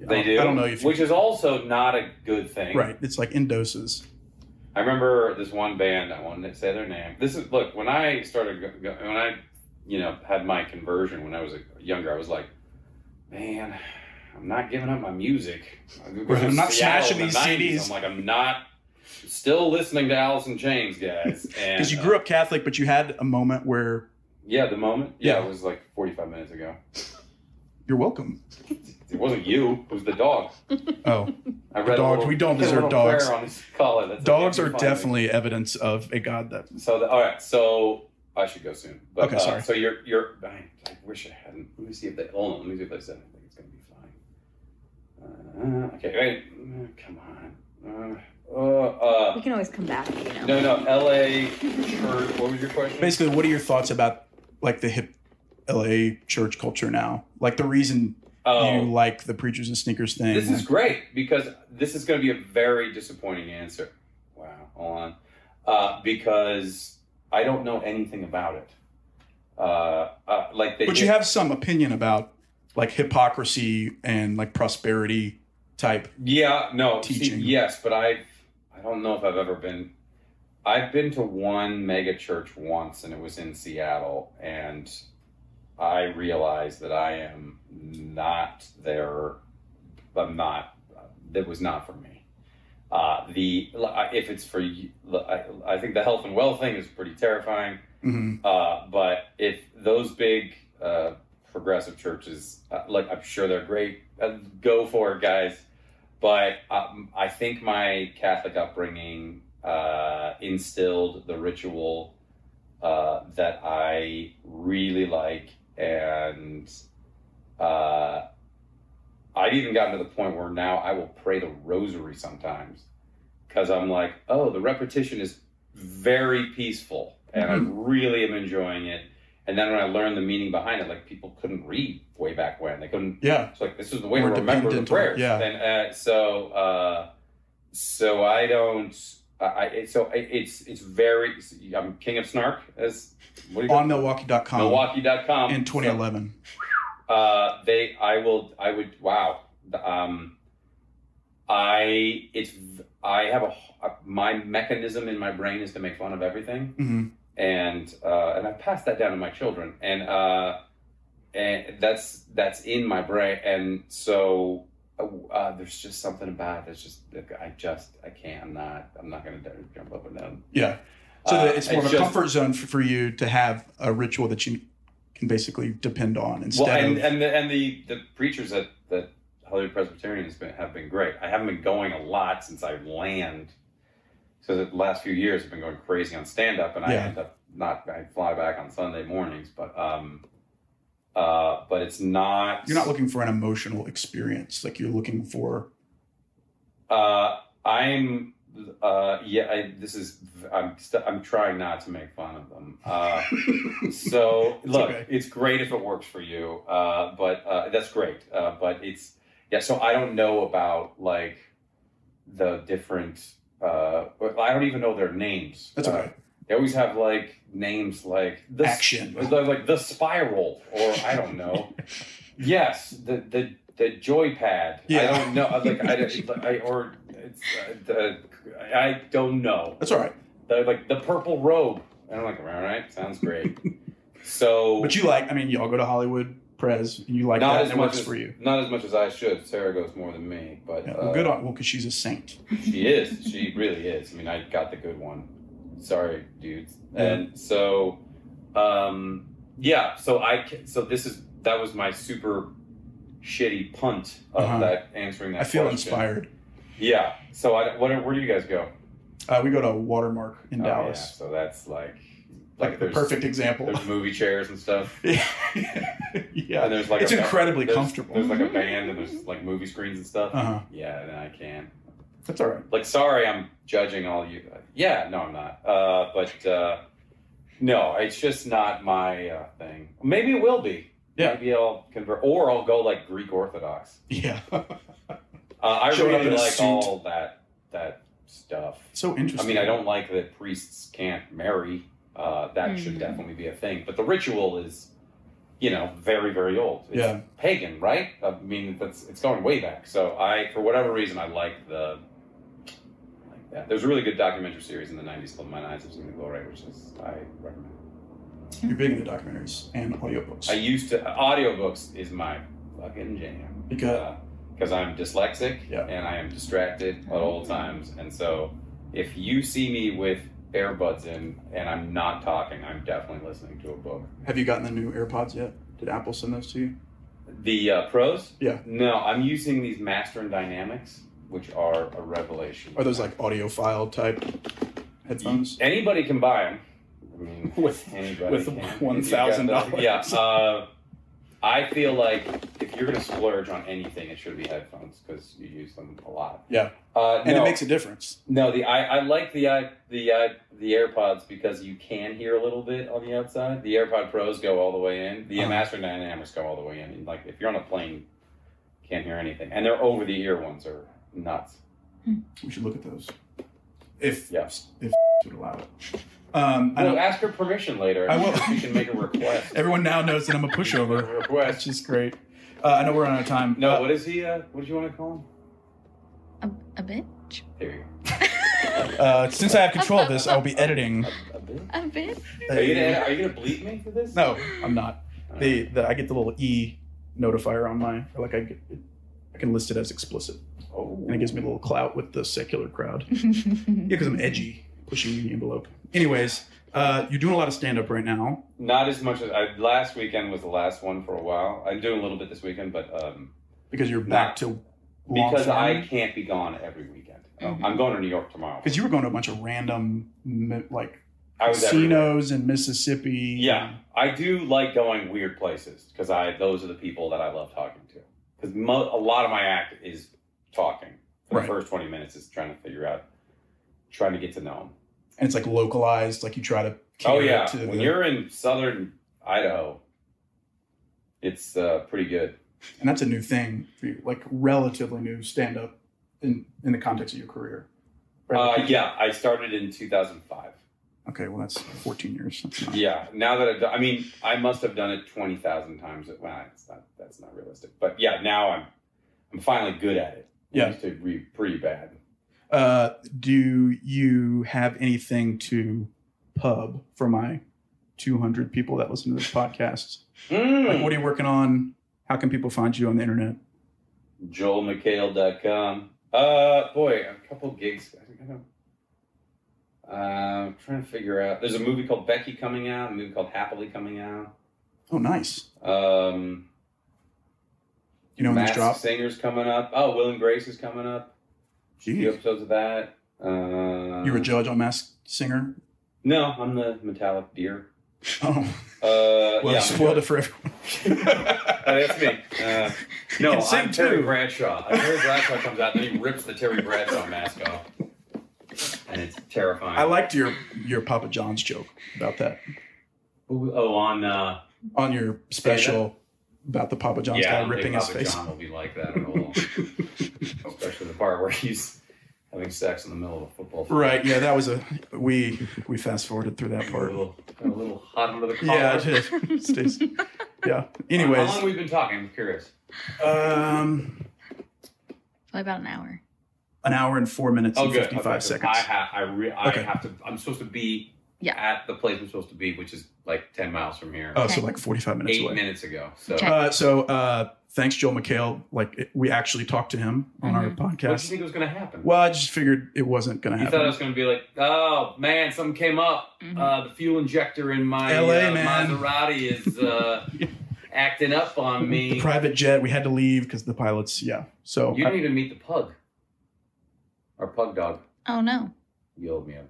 Speaker 2: they do
Speaker 1: I don't know if you,
Speaker 2: which is also not a good thing
Speaker 1: right. It's like in doses.
Speaker 2: I remember this one band. I wanted to say their name. This is look when I started go, go, when I, you know, had my conversion when I was younger. I was like, man, I'm not giving up my music.
Speaker 1: Right, I'm not
Speaker 2: Seattle
Speaker 1: smashing
Speaker 2: in the
Speaker 1: these CDs.
Speaker 2: 90s, I'm like, I'm not still listening to Alice in Chains, guys. uh,
Speaker 1: Because you grew up Catholic, but you had a moment where
Speaker 2: yeah, the moment. Yeah,
Speaker 1: Yeah.
Speaker 2: it was like 45 minutes ago.
Speaker 1: you're welcome.
Speaker 2: It wasn't you. It was the dog.
Speaker 1: Oh,
Speaker 2: I read a
Speaker 1: dogs-
Speaker 2: little-
Speaker 1: we don't
Speaker 2: a little
Speaker 1: deserve dogs.
Speaker 2: prayer on his collar that said,
Speaker 1: dogs
Speaker 2: "If you
Speaker 1: are
Speaker 2: find me."
Speaker 1: definitely evidence of a god that
Speaker 2: So the, all right, so I should go soon. But,
Speaker 1: Okay,
Speaker 2: uh,
Speaker 1: sorry.
Speaker 2: So you're you're. I, I wish I hadn't. Let me see if they. Hold on. Let me see if they said. I think it's gonna be fine. Uh, okay. Wait. uh, Come on. Uh, uh,
Speaker 4: We can always come back, you
Speaker 2: uh,
Speaker 4: know.
Speaker 2: no, no. L.A. Church. What was your question?
Speaker 1: basically what are your thoughts about like the hip la church culture now like the reason
Speaker 2: oh,
Speaker 1: you like the preachers and sneakers thing
Speaker 2: this is great because this is gonna be a very disappointing answer. Wow. Hold on. Uh, because I don't know anything about it. Uh, uh, like they
Speaker 1: but you have some opinion about like hypocrisy and like prosperity type
Speaker 2: Yeah, no, see,
Speaker 1: teaching.
Speaker 2: yes, but I've I don't know if I've ever been. I've been to one mega church once, and it was in Seattle, and I realize that I am not there. I'm not. That was not for me. Uh, the if it's for you, I, I think the health and well thing is pretty terrifying.
Speaker 1: Mhm.
Speaker 2: Uh, but if those big uh, progressive churches, uh, like I'm sure they're great, uh, go for it, guys. But um, I think my Catholic upbringing uh, instilled the ritual uh, that I really like, and uh, I've even gotten to the point where now I will pray the rosary sometimes because I'm like, oh, the repetition is very peaceful and I really am enjoying it. And then when I learned the meaning behind it, like people couldn't read way back when, they couldn't
Speaker 1: Yeah.
Speaker 2: it's like this is the way
Speaker 1: More
Speaker 2: to remember the
Speaker 1: dependent on-
Speaker 2: prayers.
Speaker 1: yeah.
Speaker 2: And uh, so, uh, so I don't. I, I so it, it's it's very. I'm king of snark as what do you
Speaker 1: On Milwaukee.com
Speaker 2: Milwaukee.com
Speaker 1: in 2011.
Speaker 2: So, uh, they. I will. I would. Wow. Um, I. It's. I have a. My mechanism in my brain is to make fun of everything
Speaker 1: Mhm.
Speaker 2: and uh, and I passed that down to my children, and uh, and that's that's in my brain, and so uh, there's just something about it that's just I just I can't I'm not I'm not gonna dare jump up and down.
Speaker 1: Yeah. So
Speaker 2: Uh,
Speaker 1: that it's more of a
Speaker 2: just-
Speaker 1: comfort zone for, for you to have a ritual that you can basically depend on instead
Speaker 2: Well, and,
Speaker 1: of.
Speaker 2: and the and the the preachers at that Hollywood Presbyterian has been, have been great. I haven't been going a lot since I land. So the last few years I've been going crazy on stand up, and I
Speaker 1: Yeah.
Speaker 2: end up not I fly back on Sunday mornings, but um, uh, but it's not
Speaker 1: you're not looking for an emotional experience. Like you're looking for.
Speaker 2: Uh, I'm. Uh, yeah. I, this is. I'm. St- I'm trying not to make fun of them. Uh, so look,
Speaker 1: okay.
Speaker 2: it's great if it works for you. Uh, but uh, that's great. Uh, but it's yeah. So I don't know about like the different. Uh, I don't even know their names.
Speaker 1: That's
Speaker 2: Uh,
Speaker 1: okay.
Speaker 2: they always have like names like the
Speaker 1: Action.
Speaker 2: like, like the spiral, or I don't know. yes, the the the joypad.
Speaker 1: Yeah.
Speaker 2: I don't know. I- Like I, don't- I or it's, uh, the, I don't know.
Speaker 1: That's all right.
Speaker 2: The, like the purple robe. And I'm like, all right, sounds great. so,
Speaker 1: But you like. I mean, y'all go to Hollywood Prez, and you like
Speaker 2: not
Speaker 1: that.
Speaker 2: as
Speaker 1: and it
Speaker 2: much
Speaker 1: works
Speaker 2: as,
Speaker 1: for you.
Speaker 2: Not as much as I should. Sarah goes more than me, but
Speaker 1: Yeah,
Speaker 2: uh,
Speaker 1: well, good on. Well, because she's a saint.
Speaker 2: She is. She really is. I mean, I got the good one. Sorry, dudes. And so, um, yeah. So I. ca- So this is that was my super shitty punt of
Speaker 1: Uh-huh.
Speaker 2: that answering that.
Speaker 1: I feel
Speaker 2: question.
Speaker 1: inspired.
Speaker 2: Yeah. So I. What, where do you guys go?
Speaker 1: Uh, we go to Watermark in
Speaker 2: Oh, yeah,
Speaker 1: Dallas.
Speaker 2: So that's like,
Speaker 1: Like,
Speaker 2: like,
Speaker 1: the
Speaker 2: there's
Speaker 1: perfect example.
Speaker 2: there's movie chairs and stuff.
Speaker 1: yeah.
Speaker 2: And there's like
Speaker 1: it's
Speaker 2: a ba-
Speaker 1: incredibly
Speaker 2: there's-
Speaker 1: comfortable.
Speaker 2: There's like a band and there's like movie screens and stuff.
Speaker 1: Uh-huh.
Speaker 2: Yeah, and I can.
Speaker 1: That's all right.
Speaker 2: like sorry i'm judging all you yeah no i'm not uh, but uh, no it's just not my uh, thing maybe it will be
Speaker 1: Yeah.
Speaker 2: maybe i'll convert or i'll go like greek orthodox
Speaker 1: Yeah.
Speaker 2: uh, i
Speaker 1: Showing up in
Speaker 2: really
Speaker 1: a
Speaker 2: like
Speaker 1: suit.
Speaker 2: all that that stuff
Speaker 1: so
Speaker 2: i
Speaker 1: interesting.
Speaker 2: mean i don't like that priests can't marry uh, that should
Speaker 4: Mhm.
Speaker 2: definitely be a thing but the ritual is you know very very old it's
Speaker 1: Yeah.
Speaker 2: pagan right i mean that's it's going way back so i for whatever reason i like the like that there's a really good documentary series in the 90s called mine eyes have seen the glory which is i recommend
Speaker 1: You're big into documentaries and audiobooks.
Speaker 2: i used to audiobooks is my fucking jam
Speaker 1: because
Speaker 2: because uh, i'm dyslexic
Speaker 1: Yeah.
Speaker 2: and i am distracted at all times and so if you see me with earbuds in and i'm not talking i'm definitely listening to a book
Speaker 1: have you gotten the new AirPods yet? Did Apple send those to you?
Speaker 2: The uh, pros?
Speaker 1: Yeah.
Speaker 2: No, I'm using these Master and Dynamics, which are a revelation.
Speaker 1: Are those like audiophile type headphones?
Speaker 2: Anybody can buy them. I mean,
Speaker 1: With-
Speaker 2: anybody
Speaker 1: with
Speaker 2: can. If
Speaker 1: one
Speaker 2: you've got
Speaker 1: thousand
Speaker 2: the-
Speaker 1: dollars.
Speaker 2: Yeah. Uh, I feel like if you're gonna splurge on anything, it should be headphones because you use them a lot.
Speaker 1: Yeah.
Speaker 2: Uh,
Speaker 1: And
Speaker 2: no,
Speaker 1: it makes a difference.
Speaker 2: no. The I, I like the i the i the AirPods because you can hear a little bit on the outside. The AirPod Pros go all the way in. The
Speaker 1: Uh-huh.
Speaker 2: Master and Dynamics go all the way in. And, like if you're on a plane, can't hear anything. And their over the ear ones are nuts.
Speaker 1: We should look at those. If
Speaker 2: Yeah.
Speaker 1: if would allow it. Um, I
Speaker 2: Well,
Speaker 1: don't-
Speaker 2: ask her permission later.
Speaker 1: I will.
Speaker 2: You can make a request.
Speaker 1: everyone now knows that I'm a
Speaker 2: Make
Speaker 1: pushover,
Speaker 2: a request.
Speaker 1: which is great. Uh, I know we're on out of time.
Speaker 2: No,
Speaker 1: Uh,
Speaker 2: what is he? Uh, what did you want to call him?
Speaker 4: A, a bitch?
Speaker 2: There you
Speaker 1: Uh, since I have control of this, I'll be editing.
Speaker 2: go. A bit.
Speaker 4: A bitch?
Speaker 2: Are you gonna, are you gonna bleep me for this?
Speaker 1: No, I'm not. They, the, I get the little E notifier on mine. Or like I get, I can list it as explicit,
Speaker 2: Oh,
Speaker 1: and it gives me a little clout with the secular crowd. Yeah, because I'm edgy, pushing the envelope. Anyways, uh, you're doing a lot of stand up right now.
Speaker 2: not as much as I. Last weekend was the last one for a while. I'm doing a little bit this weekend, but um,
Speaker 1: because you're back to long Mm-hmm.
Speaker 2: because I can't be gone every weekend. Um, I'm going to New York tomorrow.
Speaker 1: because you were going to a bunch of random mi- like
Speaker 2: I was everywhere.
Speaker 1: casinos in Mississippi.
Speaker 2: Yeah, I do like going weird places because I those are the people that I love talking to. Because mo- a lot of my act is talking. For
Speaker 1: Right.
Speaker 2: The first twenty minutes is trying to figure out, trying to get to know them.
Speaker 1: and it's like localized. Like you try to.
Speaker 2: Oh
Speaker 1: cater it
Speaker 2: yeah,
Speaker 1: to
Speaker 2: when
Speaker 1: the-
Speaker 2: you're in southern Idaho, it's uh, pretty good.
Speaker 1: and that's a new thing for you, like relatively new stand up in in the context of your career. Right?
Speaker 2: Uh, yeah, I started in 2005.
Speaker 1: Okay, well that's 14 years. That's not-
Speaker 2: Yeah, now that I've done, I mean, I must have done it 20,000 times. Well, it's not, that's not realistic. But yeah, now I'm, I'm finally good at it. I
Speaker 1: Yeah.
Speaker 2: used to be pretty bad.
Speaker 1: Uh, do you have anything to pub for my 200 people that listen to this podcast? Like,
Speaker 2: Mm.
Speaker 1: what are you working on? How can people find you on the internet?
Speaker 2: JoelMchale.com. Uh, boy, a couple gigs. I think I know. Uh, I'm trying to figure out. There's a movie called Becky coming out. A movie called Happily coming out.
Speaker 1: Oh, nice.
Speaker 2: Um,
Speaker 1: You know when these
Speaker 2: Masked
Speaker 1: drop?
Speaker 2: Singer's coming up. Oh, Will and Grace is coming up. Few
Speaker 1: Jeez.
Speaker 2: episodes of that. Uh,
Speaker 1: You were a judge on Masked Singer.
Speaker 2: No, I'm the metallic deer.
Speaker 1: Oh,
Speaker 2: Uh,
Speaker 1: well,
Speaker 2: yeah,
Speaker 1: you spoiled it for everyone.
Speaker 2: Uh, that's me. Uh,
Speaker 1: You
Speaker 2: no,
Speaker 1: can sing
Speaker 2: I'm Terry
Speaker 1: too.
Speaker 2: Bradshaw. Uh, Terry Bradshaw comes out and then he rips the Terry Bradshaw mask off, and it's terrifying.
Speaker 1: I liked your your Papa John's joke about that
Speaker 2: Ooh, oh, on uh,
Speaker 1: on your special about the Papa John's
Speaker 2: yeah, I
Speaker 1: guy
Speaker 2: don't
Speaker 1: ripping his
Speaker 2: think Papa
Speaker 1: face.
Speaker 2: John will be like that at all. Especially the part where he's having sex in the middle of a football. field.
Speaker 1: Right. Yeah, that was a we we fast forwarded through that
Speaker 2: A
Speaker 1: part.
Speaker 2: little, a little hot under the collar.
Speaker 1: Yeah, it is. Stays. Yeah.
Speaker 2: How long
Speaker 1: Anyways,
Speaker 2: we've been talking? I'm curious.
Speaker 1: um,
Speaker 4: Probably about an
Speaker 2: Uh,
Speaker 4: hour.
Speaker 1: an hour and four minutes
Speaker 2: Oh,
Speaker 1: and
Speaker 2: good.
Speaker 1: fifty
Speaker 2: Okay,
Speaker 1: five
Speaker 2: good.
Speaker 1: seconds.
Speaker 2: I have. I, re- I
Speaker 1: Okay.
Speaker 2: have to. I'm supposed to be
Speaker 4: Yeah.
Speaker 2: at the place I'm supposed to be, which is like ten miles from here.
Speaker 1: Oh, so
Speaker 4: Okay.
Speaker 1: like forty five minutes
Speaker 2: eight
Speaker 1: away.
Speaker 2: minutes ago. So
Speaker 4: Okay.
Speaker 1: Uh, so uh, thanks, Joel McHale. Like it, we actually talked to him on
Speaker 4: Mm-hmm.
Speaker 1: our
Speaker 2: what did you
Speaker 1: podcast.
Speaker 2: think was going to happen?
Speaker 1: Well, I just figured it wasn't going to
Speaker 2: you thought I
Speaker 1: happen.
Speaker 2: was going to be like, oh man, something came up.
Speaker 4: Mm-hmm.
Speaker 2: Uh, the fuel injector in my
Speaker 1: LA,
Speaker 2: uh,
Speaker 1: man.
Speaker 2: Maserati is uh, acting up on
Speaker 1: The
Speaker 2: me.
Speaker 1: private jet. We had to leave because the pilots. Yeah. So
Speaker 2: You
Speaker 1: I-
Speaker 2: didn't even meet the pug. Our pug dog
Speaker 4: Oh no.
Speaker 2: yelled me up.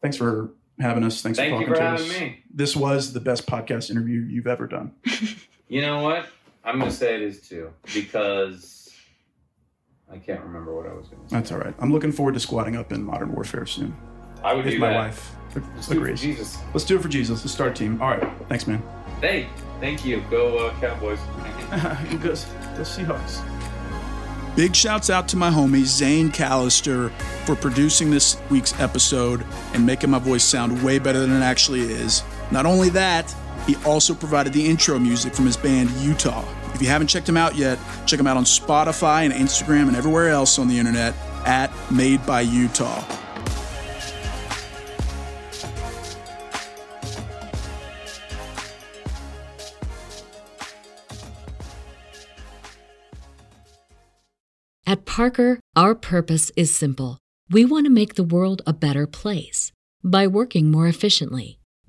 Speaker 1: thanks for having us. Thanks
Speaker 2: Thank
Speaker 1: for
Speaker 2: you
Speaker 1: talking
Speaker 2: for
Speaker 1: to
Speaker 2: having
Speaker 1: us.
Speaker 2: me.
Speaker 1: This was the best podcast interview you've ever done.
Speaker 2: You know what? I'm going to say it is too because I can't remember what I was going to say.
Speaker 1: That's all right. I'm looking forward to squatting up in Modern Warfare soon
Speaker 2: I would
Speaker 1: if
Speaker 2: do
Speaker 1: my
Speaker 2: that.
Speaker 1: wife
Speaker 2: Let's do it for
Speaker 1: agrees.
Speaker 2: Jesus.
Speaker 1: Let's do it for Jesus. Let's start a team. All right. Thanks, man.
Speaker 2: Hey, thank you. Go uh, Cowboys.
Speaker 1: Go, go Seahawks.
Speaker 5: Big shouts out to my homie Zane Callister for producing this week's episode and making my voice sound way better than it actually is. Not only that, he also provided the intro music from his band Utah. If you haven't checked him out yet, check him out on Spotify and Instagram and everywhere else on the internet at Made by Utah.
Speaker 6: At Parker, our purpose is simple. We want to make the world a better place by working more efficiently,